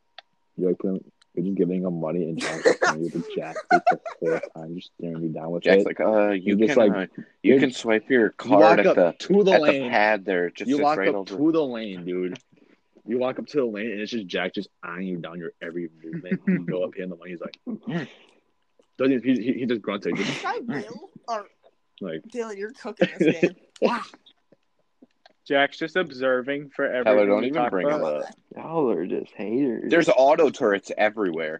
you're like putting- you're just giving him money and Jack you the Jack face the whole time, just staring you down with Jack's it. like, uh, you You're just can, like- uh, you you're- can swipe your you walk card at up the to the at the lane. pad there. It Just you sits walk right up over. to the lane, dude. You walk up to the lane and it's just Jack just eyeing you down your every movement. you go up here and the money's like, doesn't he, he, he just grunted, just I will. Or like Dylan, you're cooking this game. Jack's just observing for everything. Tyler, don't we even talk bring him about. up. Y'all are just haters. There's auto turrets everywhere.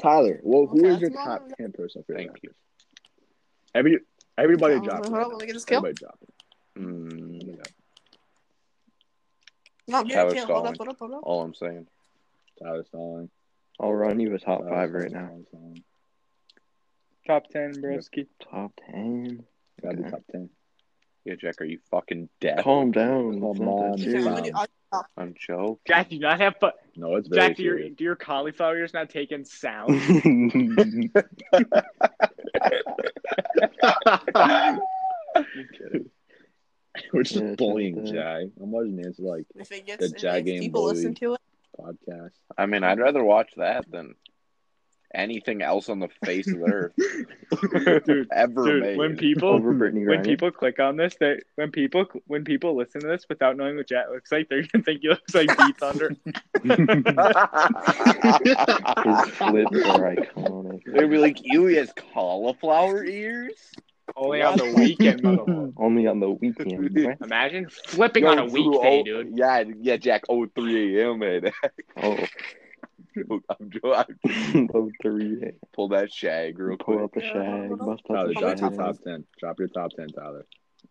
Tyler. Well, who Okay, is your that's top mine. ten person for Thank that? Every everybody Hold drop. on, it. hold on, let me get this kill. Everybody drop. it. Mm, Oh my God. No, I'm getting Tyler's killed. Hold up, stalling. hold up, hold up. all I'm saying. Tyler Stalling. I'll run you a top Tyler five Stalling, right now. Tyler Stalling. Top ten, broski. Top ten. Gotta be Okay. top ten. Yeah, Jack, are you fucking deaf? Calm down. Come it's not on, Okay, that I'm serious. Tom. gonna do. I, I'm Joe. Jack, do you not have. Fu- No, it's very Jack, do your, serious. do your cauliflower ears not taking sound? We're just Yeah, it's bullying not Jai. I'm watching this like if it gets, The if Jag game people bully. listen to it, podcast. I mean, I'd rather watch that than anything else on the face of the earth dude, ever dude made. when people. Over Brittany When Griner. people click on this, they when people when people listen to this without knowing what Jack looks like, they're gonna think he looks like B Thunder. His flips are iconic. They'd be like, "You he has cauliflower ears." Only on the weekend, motherfucker. Only on the weekend. bruh. Imagine flipping Yo, on a Drew, weekday, oh- dude. Yeah, yeah, Jack. Oh, three a.m. Man, Oh, I'm Joe. I oh three. pull that shag real Pull quick. out the shag. Bust out Tyler, the drop How many your top shag. top ten. Drop your top ten, Tyler.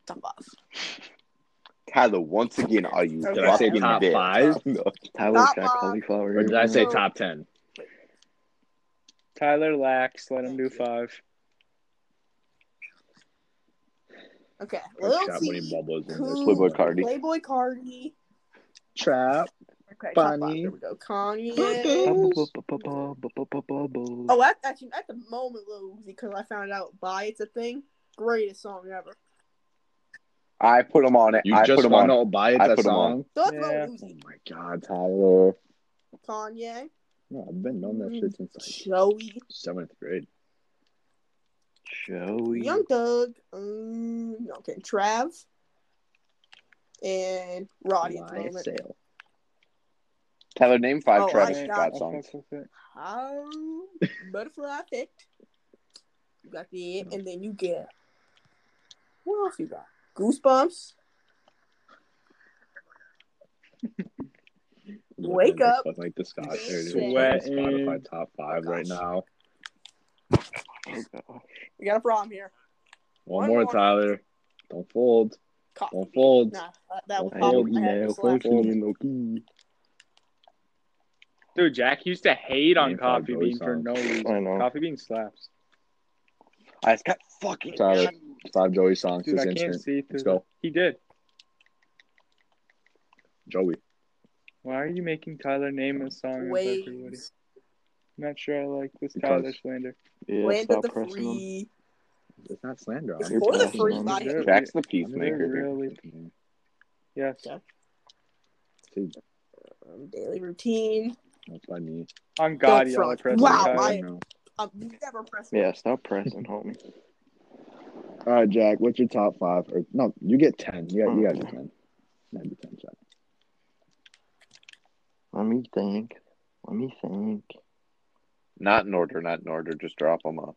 top off. Tyler, once again, are you Did Did I say fucking top dead? five No. Tyler Not Jack mine. Cauliflower. or did I say No. top ten? Tyler Lax, let him do five. Okay. Lil Shot winning T, bubbles in this. Cool. Playboy Cardi. Playboy Cardi. Trap. Okay, top five. Bonnie. There we go. Kanye. Oh, Oh, at, actually, at the moment, Lil Uzi, because I found out "Buy" it's a thing. Greatest song ever. I put him on it. You I put just him on. want to buy it I that put 'em on. song. So that's Yeah. Lil Oh Uzi. my god, Tyler. Kanye. No, I've been knowing that shit Mm-hmm. since like Joey. seventh grade. Joey. Young Doug. Um, okay, Trav. And Roddy at the Why moment. sale. Tyler, name five Oh, I Travis got Scott it. songs. Um, butterfly effect. You got the it, and then you get. What else you got? Goosebumps. Wake like, up. fuck, Like the Scott, there it is. Sweating. Like the Spotify top five right Gosh. now. We got a problem here. One, One more, more. Tyler. Don't fold. Coffee. Don't fold. Nah, uh, that, that was I I don't probably don't I had know. this last Coffee. week. Dude, Jack used to hate on Name five Coffee Joey Bean for songs. no reason. I know. Coffee Bean slaps. I just got fucking. Tyler. Five Joey songs Dude, this I can't instant. see through. Let's go. He did. Joey. Why are you making Tyler name a song of everybody? Waves. I'm not sure I like this Because- Tyler slander. Yeah, Land of stop the pressing them. free. It's not slander. It's I'm for the talking free about- on body. there. Jack's the I'm peacemaker. Really? really- Yes. Yeah. See, Um, daily routine. That's by me. On God, Don't y'all are front. pressing Wow, Tyler. I- All Um, you never press. Yeah, stop pressing, homie. right, Jack. What's your top five? Or no, you get ten. You got, you got to ten. Not do ten, Jack. Let me think. Let me think. Not in order. Not in order. Just drop them off.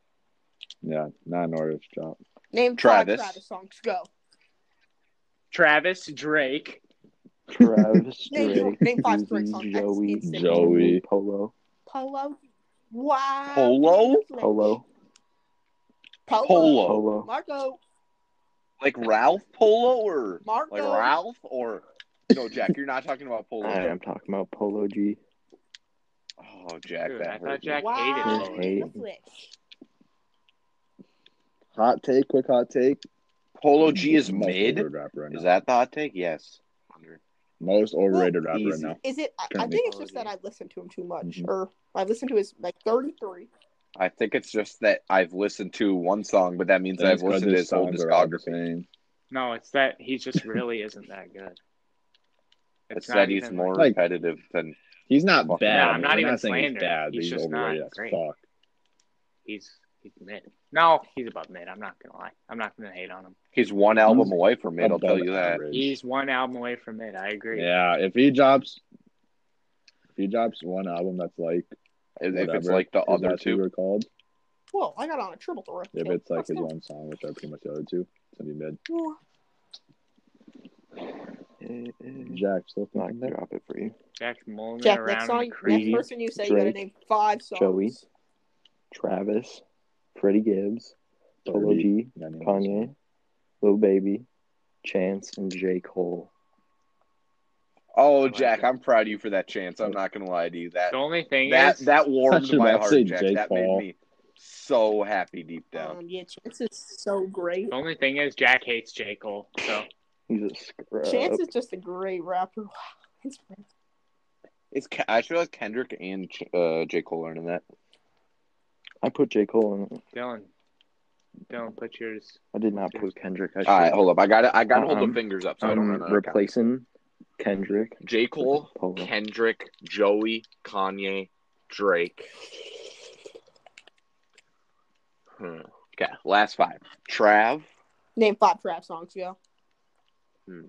Yeah, not an order. Drop. Name Travis. Travis. Travis songs. Go. Travis Drake. Travis Name- Drake, name five Uzi, Drake songs. Joey, That's insane. Joey. Polo, Polo. Wow. Polo? Polo, Polo. Polo. Polo. Marco. Like Ralph Polo or Marco. like Ralph or no Jack? You're not talking about Polo. I am talking about Polo G. Oh Jack, Dude, I that thought hurt. me. Jack hated Wow. Polo. Hey. Netflix. Hot take. Quick hot take. Polo G is Most mid. overrated rapper right Is now. that the hot take? Yes. most overrated rapper right Easy. now? Is it? I, I Currently. think it's just that I've listened to him too much, Mhm. or I've listened to his like thirty-three. I think it's just that I've listened to one song, but that means I've listened to his whole discography. No, it's that he just really isn't that good. It's, not that he's even more like- repetitive than He's not Fuck bad. no, I'm I'm not not even even saying he's slandering. bad. but He's He's, just not overrated as great. fuck. he's he's mid. No, he's above mid. I'm not gonna lie. I'm not gonna hate on him. he's one album He's away from mid. I'll tell Above you that. average. He's one album away from mid. I agree. Yeah, if he drops, if he drops one album that's like If whatever, it's like the is other that who two, We're called. Whoa! I got on a triple threat. If too. it's like Let's his go. one song, which are pretty much the other two, it's gonna be mid. Whoa. Eh, eh. Jack still I thinking can that. drop it for you. Jack mulling Jack, around. next in song, the next crease. Creed, person you say, you gotta Drake, name five songs. Joey. Travis, Freddie Gibbs, Polo 30. G, You gotta name this Kanye, Lil Baby, Chance, and J. Cole. oh like Jack, it. I'm proud of you for that chance. I'm not gonna lie to you. That The only thing that is that warmed Should my I say heart, Jack. Jake That Paul? made me so happy deep down. Um, yeah, Chance is so great. the only thing is Jack hates J Cole. So He's a scrub. Chance is just a great rapper. Wow. It's- It's Ke- I feel like Kendrick and Ch- uh, J Cole are in that. I put J. Cole in it. Dylan, Dylan, put yours. I did not put Kendrick. I All right, should. hold up. I got to I got to hold Um, the fingers up so I don't I'm run out. of count. replacing Kendrick. J Cole, Polo. Kendrick, Joey, Kanye, Drake. Hmm. Okay, last five. Trav. Name five trap songs, yo. Hmm.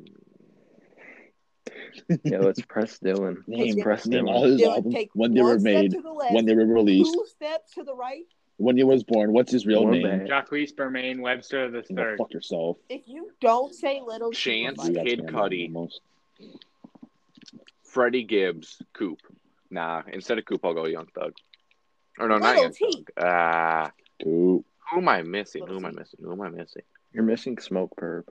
yeah, let's press Dylan. Name, Press name Dylan. all his Dylan, albums take when they were one step made, to the left, when they were released, two steps to the right. when he was born. What's his real One name? bag. Jacques Bermain Webster the You know, third. fuck yourself. If you don't say little T, Chance. we're You like, got Kid scammed Cudi. almost. Freddie Gibbs, Coop. Nah, instead of Coop, I'll go Young Thug. Or no, not Little Young T. Thug. Ah, Dude, who am I missing? Who am I missing? Who am I missing? You're missing Smoke Perp.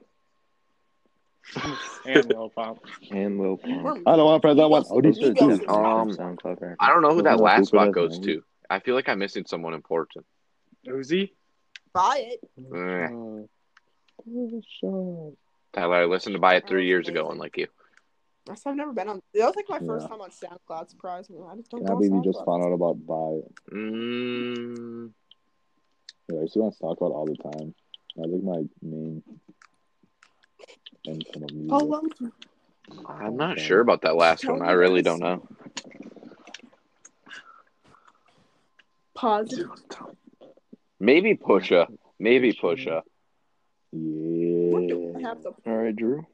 and Lil Pump. and Lil Pump. I don't want to press that one. Migos- Oh, these Migos dudes. is Um, not- SoundCloud record. I don't know who that Wasn't a last stupid spot ass goes name? to. I feel like I'm missing someone important. Uzi? buy it. Eh. Oh, shut. Tyler, I listened to Buy It three Oh, years ago, amazing. unlike you. That's- I've never been on. That was like my first Yeah. time on SoundCloud. Surprised me. I just don't. Can't go on believe you just SoundCloud. found out about buy. Mm, Yeah, I used to go on SoundCloud all the time. That's like my main income of music. How long? do you- I'm not sure about that last one. Tell I me really this. don't know. Positive. Maybe Pusha. Maybe Pusha. What Yeah. do I have to? All right, Drew.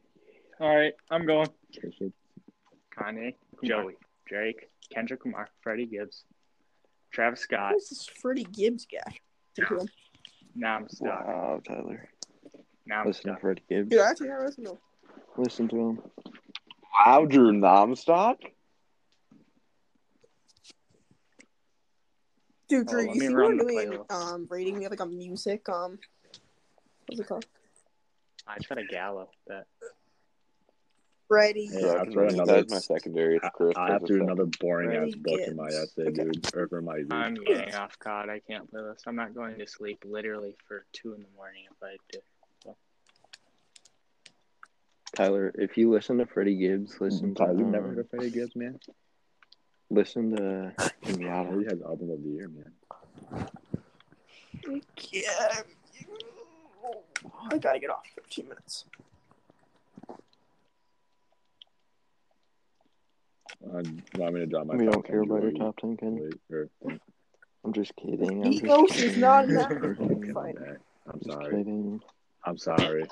All right, I'm going. Kanye, Joey, Drake, Kendrick Lamar, Freddie Gibbs, Travis Scott. Who's this Freddie Gibbs guy? Dude, Now I'm stuck. Wow, Tyler. Now I'm Listen to stuck. Freddie Gibbs. I think I was no. Listen to him. Wow, Drew Namstock? Dude, Oh, Drew, let you me see we're run the doing playlist. um rating the like a music um what's it called? I try to gallo that. Freddie. Yeah, that's Fucking- right, another- That's my secondary. It's Chris. I have to do Christopher. another boring ass Freddie book in my Gibbs. essay, Okay. dude, or for my I'm week. getting off God. I can't play this. I'm not going to sleep literally for two in the morning if I do. Tyler, if you listen to Freddie Gibbs, listen to Tyler, you've never um, heard of Freddie Gibbs, man. listen to Yeah, Kenyatta. he has album of the year, man. Yeah. I gotta get off for two minutes. Um, well, I'm gonna drop my. We top 10 don't care about your really top ten, Kenny. quick, or- I'm just kidding. I'm Migos just is kidding. not an I'm African Okay, fight. I'm just sorry. kidding. I'm sorry.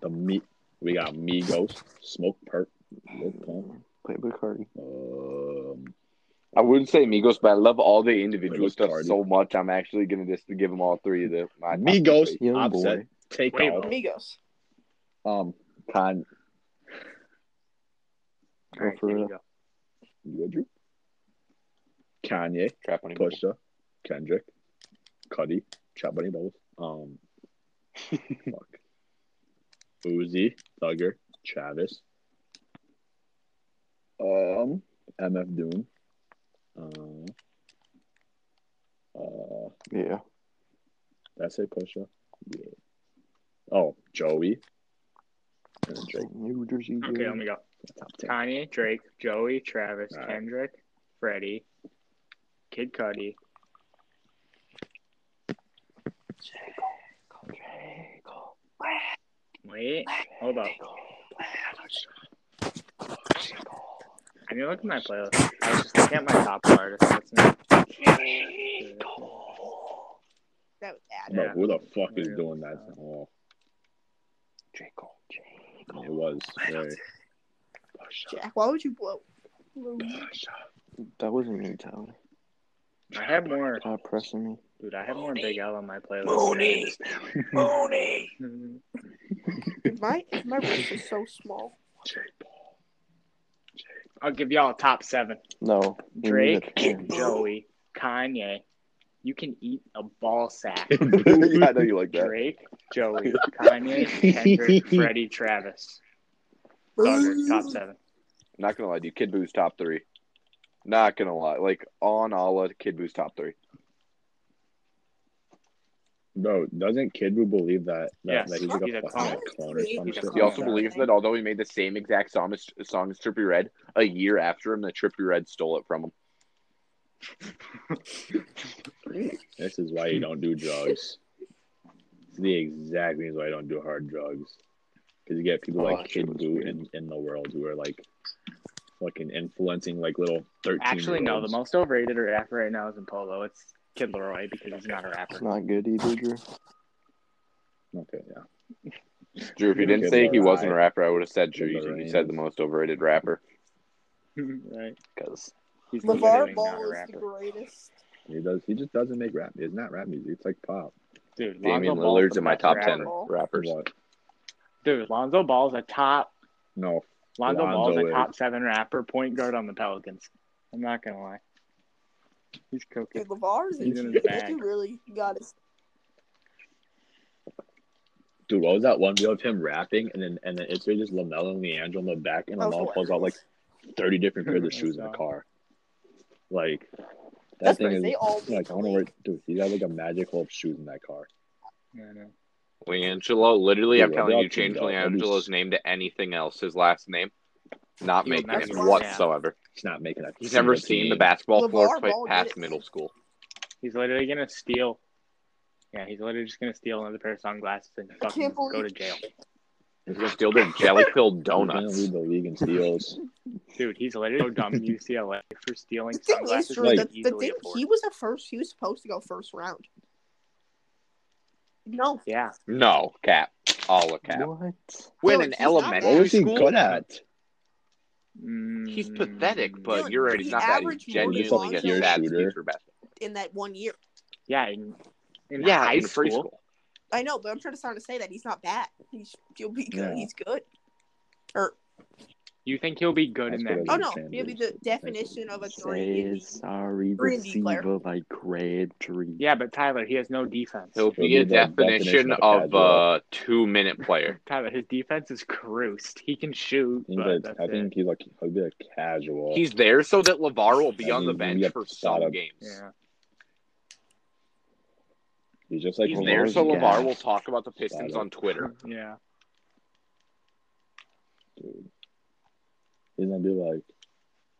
The meat. We got Migos, Smoke Perp, Lil Pump. Play Bacardi. Um, I wouldn't say Migos, but I love all the individual Migos stuff Cardi. so much. I'm actually gonna just give them all three of the my top Migos, three. Young Offset, boy. Take Wait, Off, Migos. um, Con. Go All right, for here it. you go. You good, Drew? Kanye, Trap on Bubble. Pusha, Kendrick, Cuddy, Trap Bunny Bubbles, um, fuck, Uzi, Thugger, Travis, um, MF Doom, uh, uh, Yeah. did I say Pusha? Yeah. Oh, Joey, and then Drake, New Jersey. Okay, Joe. let me go. top ten. Kanye, Drake, Joey, Travis, All right. Kendrick, Freddie, Kid Cudi, Wait, hold up. I need to look at my playlist. I was just looking at my top artists. That's not. That was bad. Bro, Yeah. who the fuck is Yeah. doing that? Oh, it was. Very... Jack, why would you blow? blow- That wasn't me, Tyler. I have more, Stop pressing me. dude. I have more Big L on my playlist. Mooney, Mooney. My my voice is so small. I'll give y'all a top seven: No. you need Drake, a pen. Joey, Kanye. You can eat a ball sack. yeah, I know you like that. Drake, Joey, Kanye, Kendrick, Freddie, Travis. Thugger, top seven. Not gonna lie to you, Kid Boo's top three. Not gonna lie, like on Allah, Kid Boo's top three. Bro, doesn't Kid Boo believe that that, Yes, that he's like he's a a fucking clone. clone or some He's shit? a He like also that? believes that although he made the same exact song as, song as Trippy Red a year after him, that Trippy Red stole it from him. This is why you don't do drugs. it's the exact reason why I don't do hard drugs. Because you get people Oh, like that shit Kid was Boo weird. in, in the world who are like fucking influencing like little thirteen. Actually, no. The most overrated rapper right now is in Polo. It's Kid Leroy because he's not a It's rapper. not good either, Drew. Okay, yeah. Drew, if you You're didn't good, say he Lorraine. wasn't a rapper, I would have said Drew. Good, You, think you Lorraine. said the most overrated rapper right. because he's LeVar Literally Ball not a is the rapper. greatest. He does. He just doesn't make rap. It's not rap music. It's like pop. Dude, Lonzo Damian Ball's Lillard's the in my best top ten rapper. rapper. rappers. What? Dude, Lonzo Ball's a top. No. Lonzo, Lonzo Ball's a is. top seven rapper, point guard on the Pelicans. I'm not gonna lie. He's cooking. Dude, LeVar is He's in a his that bag. dude really got his Dude, what was that one video of him rapping and then and then it's really just Lamelo and Leandro in the back and That was Lamelo pulls out like hilarious. thirty different pairs of shoes in the That's car. Like that That's thing crazy. is They all like I don't know where dude, he got like a magical shoes in that car. Yeah, I know. Leangelo, literally, Dude, I'm telling Leangelo you, change can go. That'd be Leangelo's s- name to anything else. His last name, not Yo, making that's it wild. whatsoever. He's not making that. He's never seen the basketball LeVar floor play Ball did past it. middle school. He's literally gonna steal. Yeah, he's literally just gonna steal another pair of sunglasses and fucking can't go to believe- jail. He's gonna steal their jelly-filled Donuts. donuts. lead the league in steals. Dude, he's literally so dumb UCLA for stealing The thing is, sunglasses. Drew, Like- Like, the, the easily thing afford. he was a first. He was supposed to go first round. No, Yeah, No cap, all a cap. What? When Dylan, in he's not elementary bad. what was he school, good at? he's Mm. pathetic. But Dylan, you're right, he's he not bad. He's averaged than more genuinely a Lonzo. bad Shooter. future basketball. in that one year, yeah, in, in Yeah, high in school. preschool. I know, but I'm trying to start to say that he's not bad. He's you'll be good. Yeah. He's good. Or You think he'll be good That's in what that? I oh game? no, Sanders. he'll be the definition of a three. and Say D. sorry, Three and D player. receiver like Crabtree. Yeah, but Tyler, he has no defense. He'll He'll be a be the definition definition of a of casual. a two-minute player. Tyler, his defense is cruised. He can shoot, He's but a- that's I it. think he's like he'll be a casual. He's there so that Levar will be I on the mean, we bench have for thought some of- games. Yeah. he's just like He's LeVar's there so Levar's Levar gas. will talk about the Pistons Thought of- on Twitter. Yeah. dude. He's gonna be like,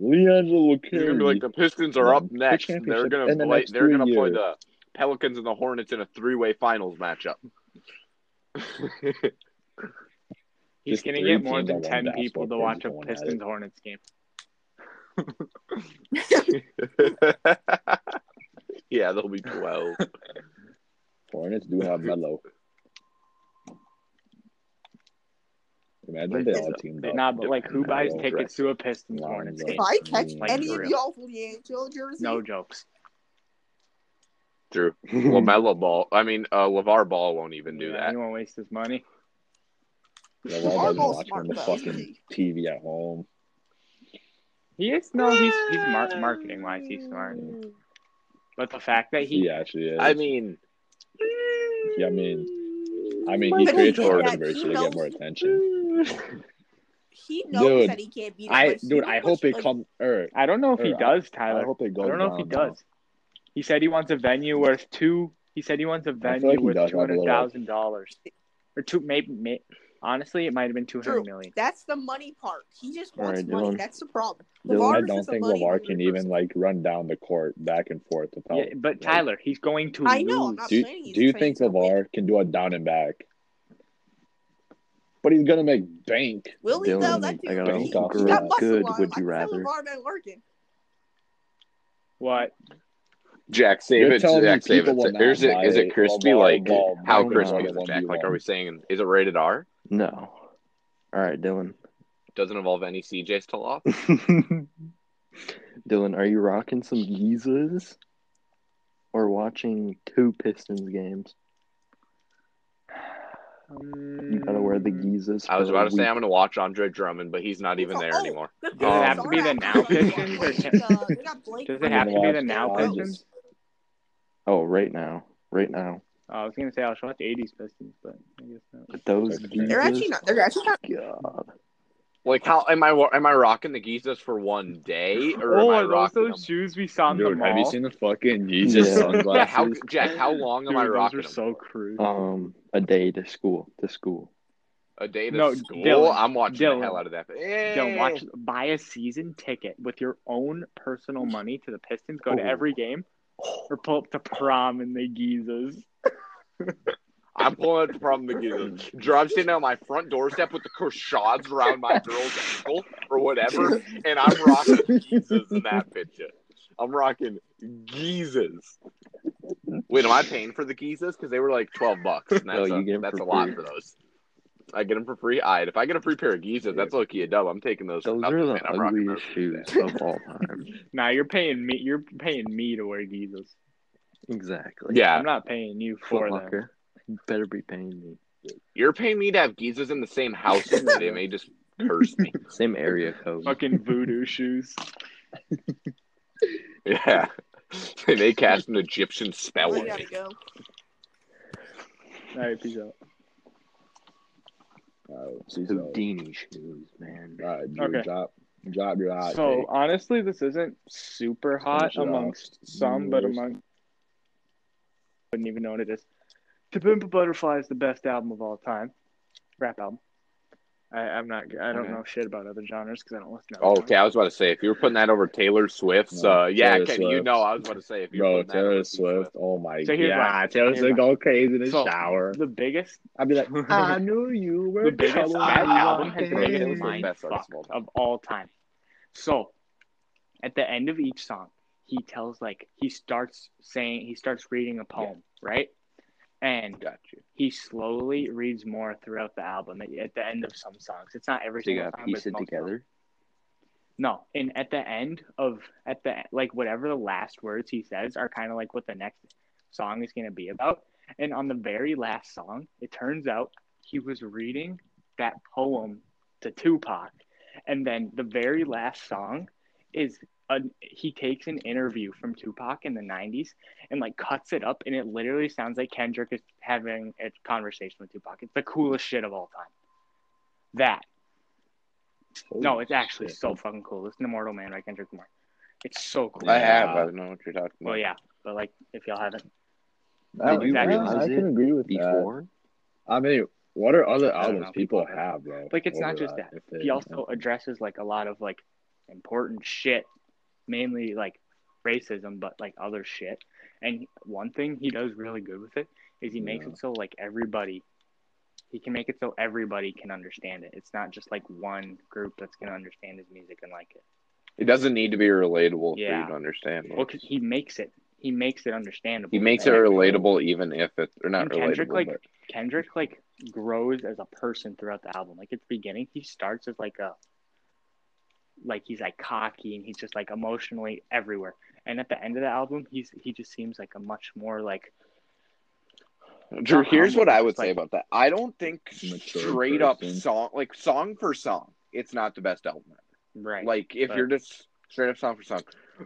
Leandro He's Carey. gonna be like, the Pistons are up The next. and They're championship gonna in the play. next They're three gonna play years." the Pelicans and the Hornets in a three-way finals matchup. He's Just gonna three get more teams than on one ten people basketball to court watch just a going at it. Pistons Hornets game. yeah, they'll be twelve. Hornets do have Melo. Imagine they all teamed But up. nah, but like, who Melo, buys tickets to a Pistons Lonzo. Hornets If game? I catch Like, any for of real. y'all with the Angel jersey, No jokes. True. Lamelo Ball. I mean, uh, Levar Ball won't even do Yeah, He won't waste his money. They're Our all goal's watching on smart, the though. fucking TV at home. He is no, he's he's mar- marketing wise, he's smart. But the fact that he He actually is. that. I mean, yeah, I mean, I mean, But he he creates did that. controversy He to get knows- more attention. he knows Dude, that he can't beat. I, us, but dude, he I knows, hope it like, come. Er, I don't know if he Or I- does, I Tyler. hope it I, goes. don't know if he down, though. does. He said he wants a venue worth two. He said he wants a like venue he worth does two have a hundred little- thousand dollars, or two maybe. May, honestly, it might have been two hundred million. That's the money part. He just wants Alright, money. Dylan. That's the problem. Dylan, LeVar I is don't just a think money Levar can hungry even person. like run down the court back and forth without. Yeah, but like- Tyler, he's going to I lose. know. I'm not do, saying he's do you saying think he's gonna win. Levar can do a down and back? But he's gonna make bank. Will he Dylan, though? That I dude, got a he, he girl. got busted Good, a lot. would I you can tell rather? LeVar been working. What? Jack, save You're it. telling me Jack, save people will it. not Is it, buy is it crispy? Lamar Like, Ball how more crispy than is one it, Jack? Like, v are one. we saying, is it rated R? No. All right, Dylan. Doesn't involve any CJ still off? Dylan, are you rocking some Yeezys or watching two Pistons games? Um, You gotta wear the Yeezys. Mm, I was for a about to say, week. I'm going to watch Andre Drummond, but he's not even there Oh. anymore. Does it have to be the Sorry, now I'm sorry. Pistons or They got- they got Blake Does it I'm Griffin. have to gonna be the watch now Dodgers. Pistons? Oh, right now, right now. Oh, I was gonna say I was watch '80s Pistons, but I guess not. But those They're Yeezys. They're actually not. They're actually not. God. Like, how am I am I rocking the Gizas for one day? Or am Oh, I are those rocking them? those shoes we saw in the Dude, mall? have you seen the fucking Jesus Yeah. Yeah, sunglasses? how, Jack, how long Dude, am I those rocking are them? so crude. Um, a day to school. To school. A day to No, school? Dylan, I'm watching Dylan, the hell out of that. Don't watch. Buy a season ticket with your own personal money to the Pistons. Go to Oh. every game, or pull up to prom in the Gizas. I'm pulling it from the Gizas. Drop sitting on my front doorstep with the crochets around my girl's ankle or whatever, and I'm rocking Gizas in that picture. I'm rocking Gizas. Wait, am I paying for the Gizas? Because they were like 12 bucks. And that's No, you a, get 'em that's for a lot free. for those. I get them for free. I if I get a free pair of Gizas, that's low key a dub. I'm taking those. for Those nothing, are man. the I'm rocking those ugliest for shoes that. of all time. Now you're paying me. You're paying me to wear Gizas. Exactly. Yeah, I'm not paying you for Foot them. Locker. You better be paying me. you're paying me to have Gizas in the same house as me. They may just curse me. Same area code. Fucking voodoo shoes. Yeah. They may cast Oh, an Egyptian spell They on me. gotta go. All right, peace out. Oh, All right, see, so, Houdini shoes, man. all right, Drew, Okay. drop, drop your hot so take. honestly, this isn't super hot Finish it off. amongst some, but Yours. among wouldn't even know what it is. To Pimp a Butterfly is the best album of all time, rap album. I, I'm not. I don't Okay. know shit about other genres because I don't listen to. Oh, other okay, I was about to say if you were putting that over Taylor Swift's, No, uh, yeah, Taylor Kenny, you Swift. know, I was about to say if you were Bro, putting that over Taylor T Swift. Oh my So here's god, mine. Taylor Here's Swift mine. going crazy in the So- shower. genres. The biggest, I'd be like, I knew you were the biggest trouble that one album has Taylor been day." a Swift's the mind best artist of all fuck time. of all time. So, at the end of each song, he tells like he starts saying he starts reading a poem, right? And Got you. he slowly reads more throughout the album. At, at the end of some songs, it's not every So you single gotta song, but piece it's it most of them. together. No, and at the end of at the like whatever the last words he says are kind of like what the next song is going to be about. And on the very last song, it turns out he was reading that poem to Tupac, and then the very last song is a, he takes an interview from Tupac in the '90s and like cuts it up, and it literally sounds like Kendrick is having a conversation with Tupac. It's the coolest shit of all time. That no, Holy it's actually shit. so fucking cool. Listen to Mortal Man by Kendrick Lamar. It's so cool. I Yeah. have. I don't know what you're talking about. Well, yeah, but like if y'all haven't, I, Did you I- realize I can it agree with that. Before I mean, what are other I don't albums know. people have, bro? Like, it's over not just if they- he also addresses like a lot of like important shit, mainly like racism, but like other shit. And one thing he does really good with it is he makes Yeah. it so like everybody, he can make it so everybody can understand it. It's not just like one group that's gonna understand his music and like it. It doesn't need to be relatable for Yeah. you to understand. Well, 'cause he makes it, he makes it understandable. He makes it And- relatable even if it's or not And Kendrick relatable. like but- Kendrick like grows as a person throughout the album. Like at the beginning, he starts as like a like he's like cocky and he's just like emotionally everywhere. And at the end of the album, he's he just seems like a much more like Drew, not here's what humble, I just would say like- about that. I don't think Mature straight up person. song like song for song, it's not the best album. right. Like if But- you're just straight up song for song,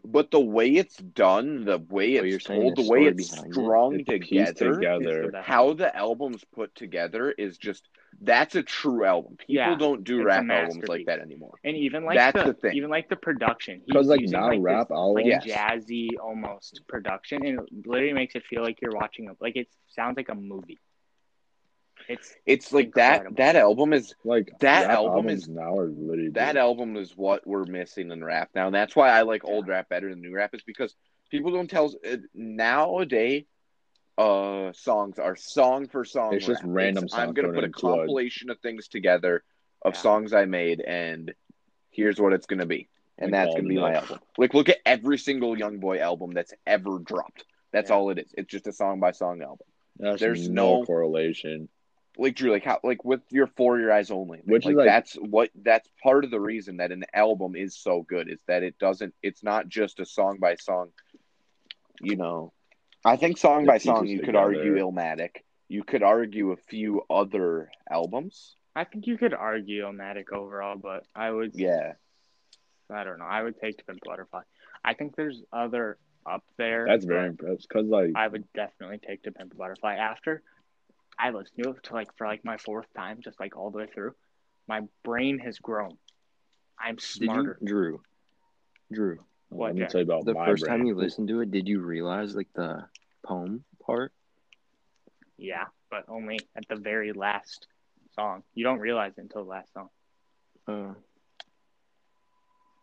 but the way it's done, the way What you're it's saying, told, the the way story it's behind it, strung It's pieced together, together. how the album's put together is just that's a true album. People Yeah, don't do it's a rap albums masterpiece. like that anymore. and even like that's the, the thing. even like the production, he's Because like using now, like this rap oh, like albums. Yes. jazzy almost production, and it literally makes it feel like you're watching a like it sounds like a movie. It's It's like Incredible. that that album is Like That rap album albums is- now are literally that album. album is what we're missing in rap now. And that's why I like old rap better than new rap is because people don't tell uh, nowadays. Uh, songs are song for song. It's just rap. random I'm songs gonna thrown put a into a- compilation of things together of Yeah. songs I made, and here's what it's gonna be, and Like that's all gonna the be my nuts. album. Like, look at every single Young Boy album that's ever dropped. That's Yeah. all it is. It's just a song by song album. There's there's no, no- correlation. like Drew, like how, like with your for your eyes only, thing, Which is like, like- that's what that's part of the reason that an album is so good is that it doesn't, it's not just a song by song. You know, I think song It by song, pieces you could together. argue Illmatic, you could argue a few other albums. I think you could argue Omatic overall, but I would Yeah, I don't know. I would take Pimp Butterfly. I think there's other up there. That's very but impressive. Because like I would definitely take to Pimp a Butterfly after I listened to it to like for like my fourth time, just like all the way through. My brain has grown. I'm did you smarter. Drew? Drew. oh, let what, me Jack? tell you about The my first brain. time you listened to it, did you realize like the poem part? Yeah, but only at the very last song. You don't realize it until the last song. Uh,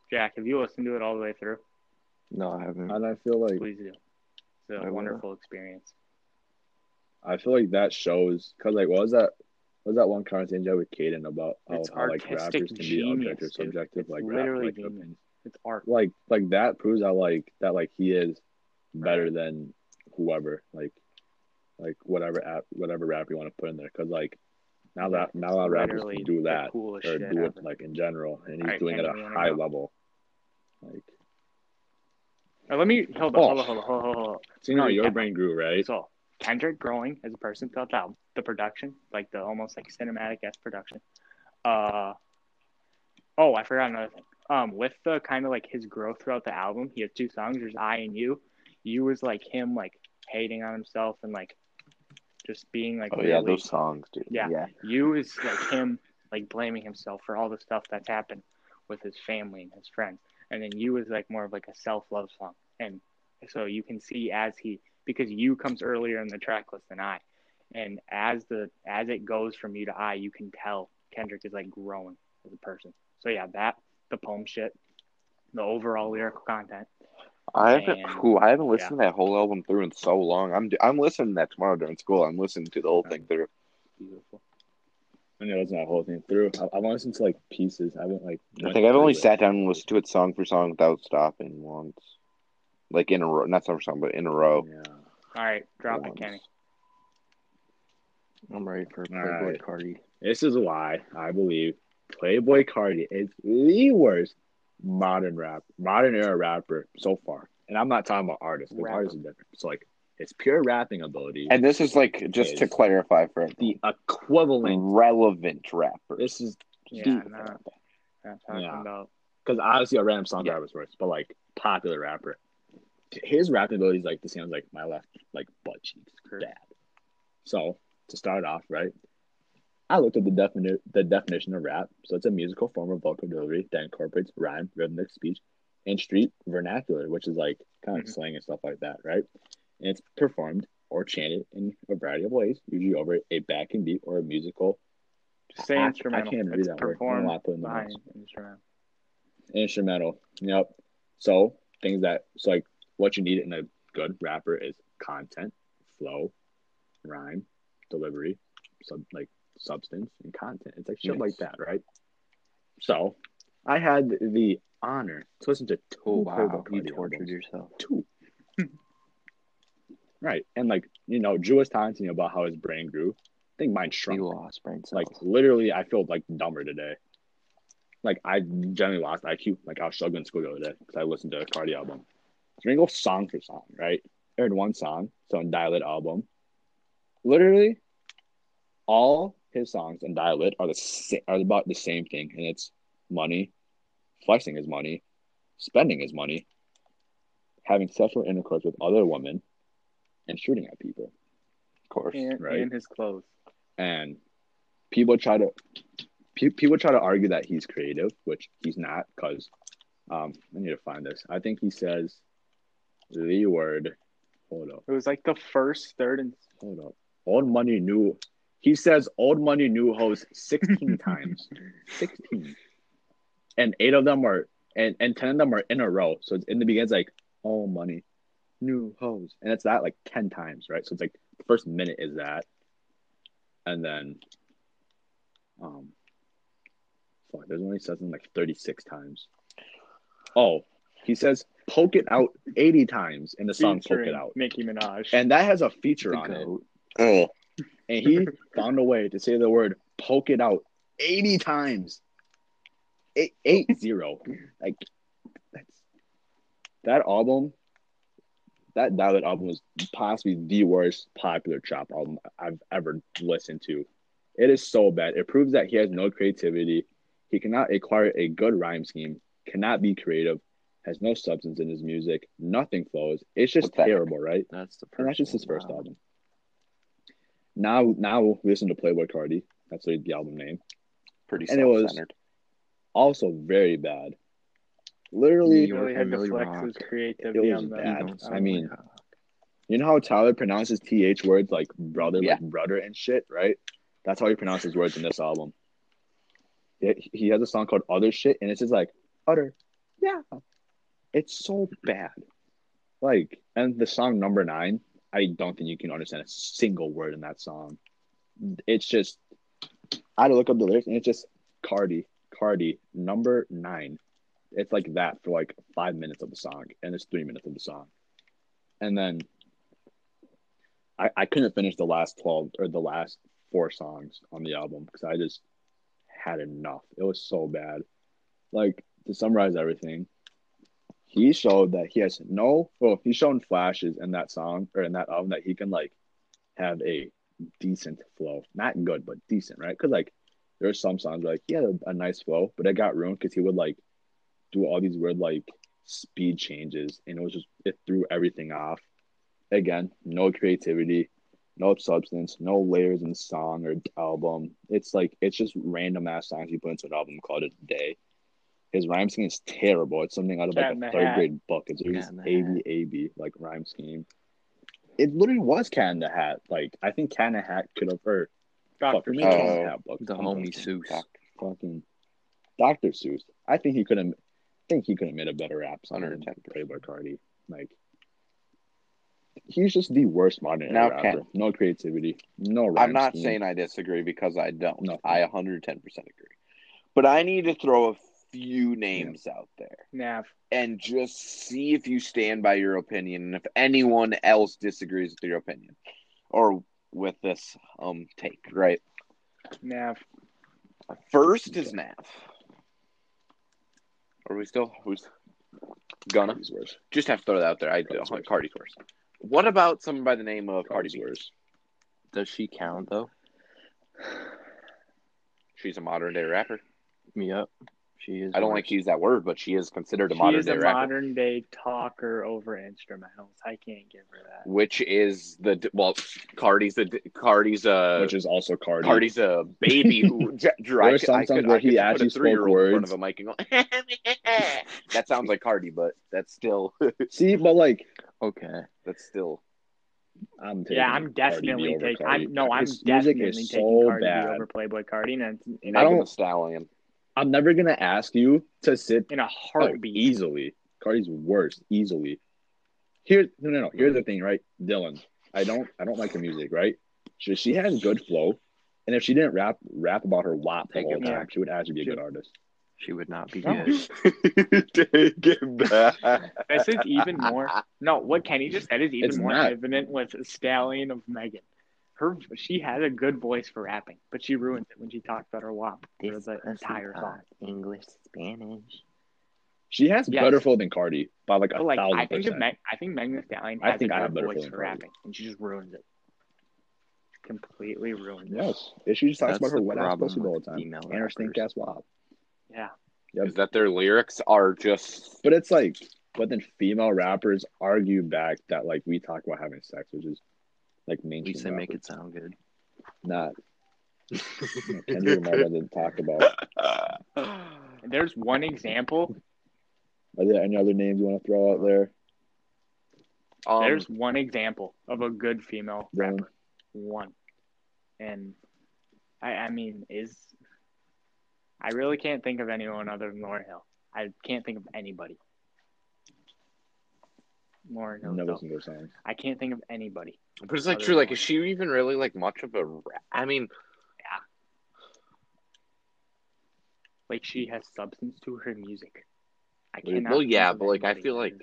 Jack, have you listened to it all the way through? no, I haven't. and I feel like Please do. It's I a will. wonderful experience. I feel like that shows because like what was that what was that one conversation you had with Caden about how, It's how like artistic rappers can be genius, objective, dude. subjective, It's like literally rap, like, genius. opinion. It's art. like like that proves that like that like he is better than whoever like like whatever app whatever rap you want to put in there because like now that now that rappers Literally can do the that coolest or shit do it ever. like in general and he's Alright, doing it at Kenny, a you wanna high go? level like Now, let me hold on, Oh. hold on, hold on, hold on, hold on. seeing how Alright, your Kenny. brain grew right So Kendrick growing as a person throughout the album, the production, like the almost like cinematic esque production. Uh oh, I forgot another thing. Um, with the kind of like his growth throughout the album, he has two songs. There's I and You. You was like him like hating on himself and like just being like oh really yeah, those songs, dude. Yeah. you is like him like blaming himself for all the stuff that's happened with his family and his friends. And then you is like more of like a self love song. And so you can see as he because you comes earlier in the track list than I. And as the as it goes from you to I, you can tell Kendrick is like growing as a person. So yeah, that the poem shit, the overall lyrical content. I haven't. And- whew, I haven't listened to that whole album through in so long. I'm I'm listening to that tomorrow during school. I'm listening to the whole thing through. Beautiful. And it wasn't that whole thing through. I, I listened to like pieces. I haven't like. I went think I've only through it. sat down and listened to it song for song without stopping once, like in a row. Not song for song, but in a row. Yeah. All right, drop once. it, Kenny. I'm ready for Playboy Alright. Cardi. This is why I believe Playboy Cardi is the worst modern rap, modern era rapper so far. And I'm not talking about artists because Rapper. artists are different. It's like it's pure rapping ability. And this is like just to Is- clarify for the everyone, equivalent. relevant rapper. This is Yeah, not, not talking Yeah. about because obviously a random song Yeah. rapper's worse, but like popular rapper, his rapping ability is like the same as like my left like butt cheeks True. bad. So to start off, right, I looked at the definition the definition of rap. So it's a musical form of vocal delivery that incorporates rhyme, rhythmic speech, and street vernacular, which is like kind of Mhm. slang and stuff like that, right? And it's performed or chanted in a variety of ways, usually over a backing beat or a musical. just say I- I instrumental. can't read it's that word. I don't know performed why I put it in the behind notes. instrumental. instrumental. Yep. So things that so like what you need in a good rapper is content, flow, rhyme, delivery, sub like substance and content. It's like shit Yes. like that, right? So I had the honor to listen to two Oh wow, Playboy you Carti tortured albums. yourself. Two. right. And like, you know, Drew was talking to me about how his brain grew. I think mine shrunk. You lost brain cells. Like literally, I feel like dumber today. Like I generally lost IQ. Like I was struggling in school the other day because I listened to a Cardi album. So we go song for song, right? I heard one song, so on Dial It album. Literally, all his songs on Dial It are the sa- are about the same thing, and it's money, flexing his money, spending his money, having sexual intercourse with other women, and shooting at people of course. And, Right. and his clothes. and people try to pe- people try to argue that he's creative, which he's not, because um, I need to find this. I think he says the word. Hold up, It was like the first, third, and hold up. Old money, new. He says old money, new hoes sixteen times, sixteen, and eight of them are and and ten of them are in a row. So it's in the beginning, it's like old money, new hoes, and it's that like ten times, right? So it's like the first minute is that, and then um, fuck, there's one he says in like 36 times. Oh, he says poke it out 80 times in the song Poke featuring It Out. Nicki Minaj. And that has a feature the on it. goat. Ugh. And he found a way to say the word poke it out 80 times. Eight, eight zero. Like, that's that album. That Dialed album was possibly the worst popular trap album I've ever listened to. It is so bad. It proves that he has no creativity. He cannot acquire a good rhyme scheme, cannot be creative, has no substance in his music, nothing flows. It's just What the heck? terrible, right? That's the first. And that's just one, his first wow. album. Now, now we listen to Playboy Cardi. That's the the album name. Pretty And it was- self-centered. Also very bad. Literally, he York really had and to Millie flex Rock. his creativity It was on You bad. that. don't I sound mean- like a- you know how Tyler pronounces th words like brother, Yeah. like brother and shit, right? That's how he pronounces words in this album. He, he has a song called Other Shit, and it's just like utter, yeah. It's so bad. Like, and the song number nine, I don't think you can understand a single word in that song. It's just, I had to look up the lyrics, and it's just Cardi, Cardi, number nine. It's like that for like five minutes of the song, and it's three minutes of the song, and then I, I couldn't finish the last twelve or the last four songs on the album because I just had enough. It was so bad. Like to summarize everything, he showed that he has no well, he's shown flashes in that song or in that album that he can like have a decent flow. Not good, but decent, right? Because like there's some songs like he had a, a nice flow, but it got ruined because he would like do all these weird like speed changes and it was just it threw everything off. Again, no creativity, no substance, no layers in the song or album. It's like it's just random ass songs he put into an album called it a day. His rhyme scheme is terrible. It's something out of Cat like in a the third Hat. grade book. It's Cat just in the A Hat. B A B like rhyme scheme. It literally was Cat in the Hat. Like I think Cat in the Hat could have or Doctor fucking Seuss. Cat in the Uh, Hat book. The I'm homie thinking Seuss. Doc- fucking Dr. Seuss. I think he could have think he could have made a better rap song Under than attack. Playboy Cardi. Like he's just the worst modern Now, era rapper. No creativity. No rhyme I'm not scheme. saying I disagree because I don't. Nothing. I 110% agree. But I need to throw a few names out there Nav. and just see if you stand by your opinion and if anyone else disagrees with your opinion or with this um take, right? Nav. First is Nav. Are we still who's gonna? Cardi's worse. Just have to throw that out there. I Cardi's worse. Cardi's worse. What about someone by the name of Cardi Cardi's B? worse. Does she count though? She's a modern day rapper. Yep. She is. I don't like worse. to use that word, but she is considered a She modern is day a rapper. modern day talker over instrumentals. I can't give her that. which is the well, Cardi's the Cardi's a Which is also Cardi. Cardi's a baby who j- j- I There are could- some I could- times I where could he put a actually spoke three-year-old in front words. of a mic and go. that sounds like Cardi, but that's still See, but like Okay. that's still I'm taking Yeah, I'm Cardi B definitely over taking. Cardi. I'm no, I'm His music definitely taking is so Cardi B bad. over Playboy Cardi, and it's in I Megan a, don't- Thee Stallion. I'm never gonna ask you to sit in a Oh, heartbeat. easily. Cardi's worse, easily. Here, no, no, no. Here's the thing, right, Dylan? I don't, I don't like her music, right? She, she has good flow, and if she didn't rap, rap about her WAP the Take whole it time, back. she would actually be a She- good artist. She would not be No. good. Take it back. This is even more. No, what Kenny just said is even It's more not. evident with Stallion of Megan. Her, she had a good voice for rapping, but she ruined it when she talked about her WAP for the entire song. English, Spanish. She has Yes. better flow than Cardi by like a But like, thousand I think of percent. Meg, I think Megan Thee Stallion I has think a I good have better voice feeling for for her. rapping, and she just ruins it. Completely ruined it. Yes, and she just talks That's about her the wet ass problem pussy the with whole time female and her stink rappers. ass WAP. Yeah. Is that their lyrics are just But it's like, but then female rappers argue back that like we talk about having sex, which is like We mainstream. say make rappers. it sound good. not Kendrick Lamar didn't talk about. And there's one example. Are there any other names you want to throw out there? um, there's one example of a good female Dylan? rapper. One. And I, I mean, is I really can't think of anyone other than Lauren Hill. I can't think of anybody. Lauren Hill. Never though. listened to her songs. I can't think of anybody. but it's like other true. Like, one. is she even really like much of a? Ra- I mean, Like she has substance to her music. I Well, cannot. think yeah, of but, like, I anybody feel that like- is-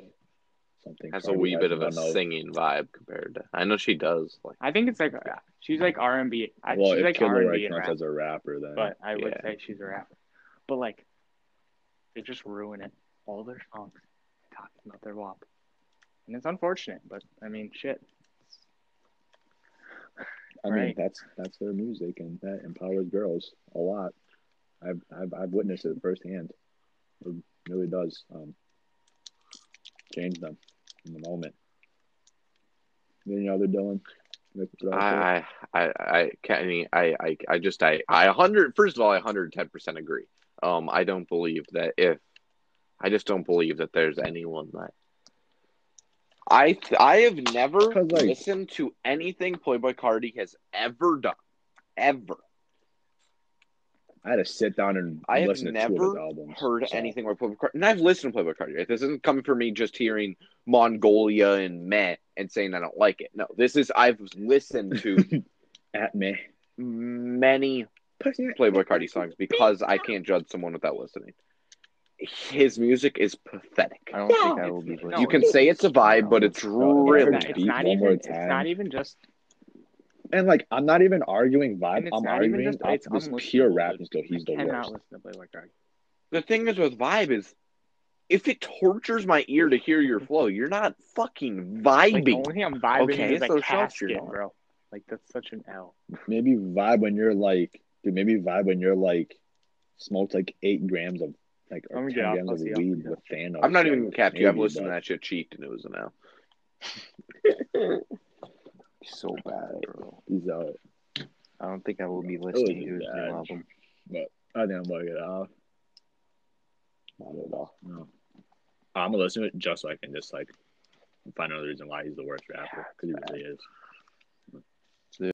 Something has a Cardi wee has bit of a none singing vibe compared to. I know she does. Like, I think it's like uh, she's like R and B. Well, She's if like Kid R and Leroy B and counts rap. as a rapper, then but I would Yeah. say she's a rapper. But like, they just ruin it. All their songs talking about their WAP, and it's unfortunate. But I mean, shit. I mean right. that's that's their music, and that empowers girls a lot. I've I've, I've witnessed it firsthand. It really does um, change them in the moment. Any other Dylan? Like, throw out there? I, I, I, I, Kenny, I, I, I just, I, I, hundred. First of all, I hundred ten percent agree. Um, I don't believe that if, I just don't believe that there's anyone that. I, th- I have never 'Cause, like- listened to anything Playboy Cardi has ever done, ever. I had to sit down and I have listen to two of his never albums. heard so- anything where Playboy Cardi, and I've listened to Playboy Cardi. Right? This isn't coming from me just hearing Mongolia and Met and saying I don't like it. No, this is I've listened to at me. many Pussy. Playboy Cardi songs because I can't judge someone without listening. His music is pathetic. I don't No. think I will be. It's- no, listening You can to say it's a vibe, but it's No, It's Really? not, really it's Beat not one even. more It's not time. even just. And like, I'm not even arguing And vibe. it's I'm not even arguing just. off It's of his unlistenable, pure rap dude. and still he's I the cannot worst. listen to Playboy Cardi. the thing is with vibe is if it tortures my ear to hear your flow, you're not fucking Like, the vibing. only thing I'm vibing Okay, is like so shut your casket, mouth. bro. Like that's such an L. Maybe vibe when you're like, dude. Maybe vibe when you're like, smoked like eight grams of like Let or me ten get off. grams I'll of see you. weed with Thanos. I'm not like, even gonna cap you. I've maybe, listened to but that shit cheeked and it was an L. so bad, bro. He's out. I don't think I will be was listening to his bad. new album. I think I'm gonna get off. Not at all. No. I'm gonna listen to it just so I can just like find another reason why he's the worst rapper because he really is.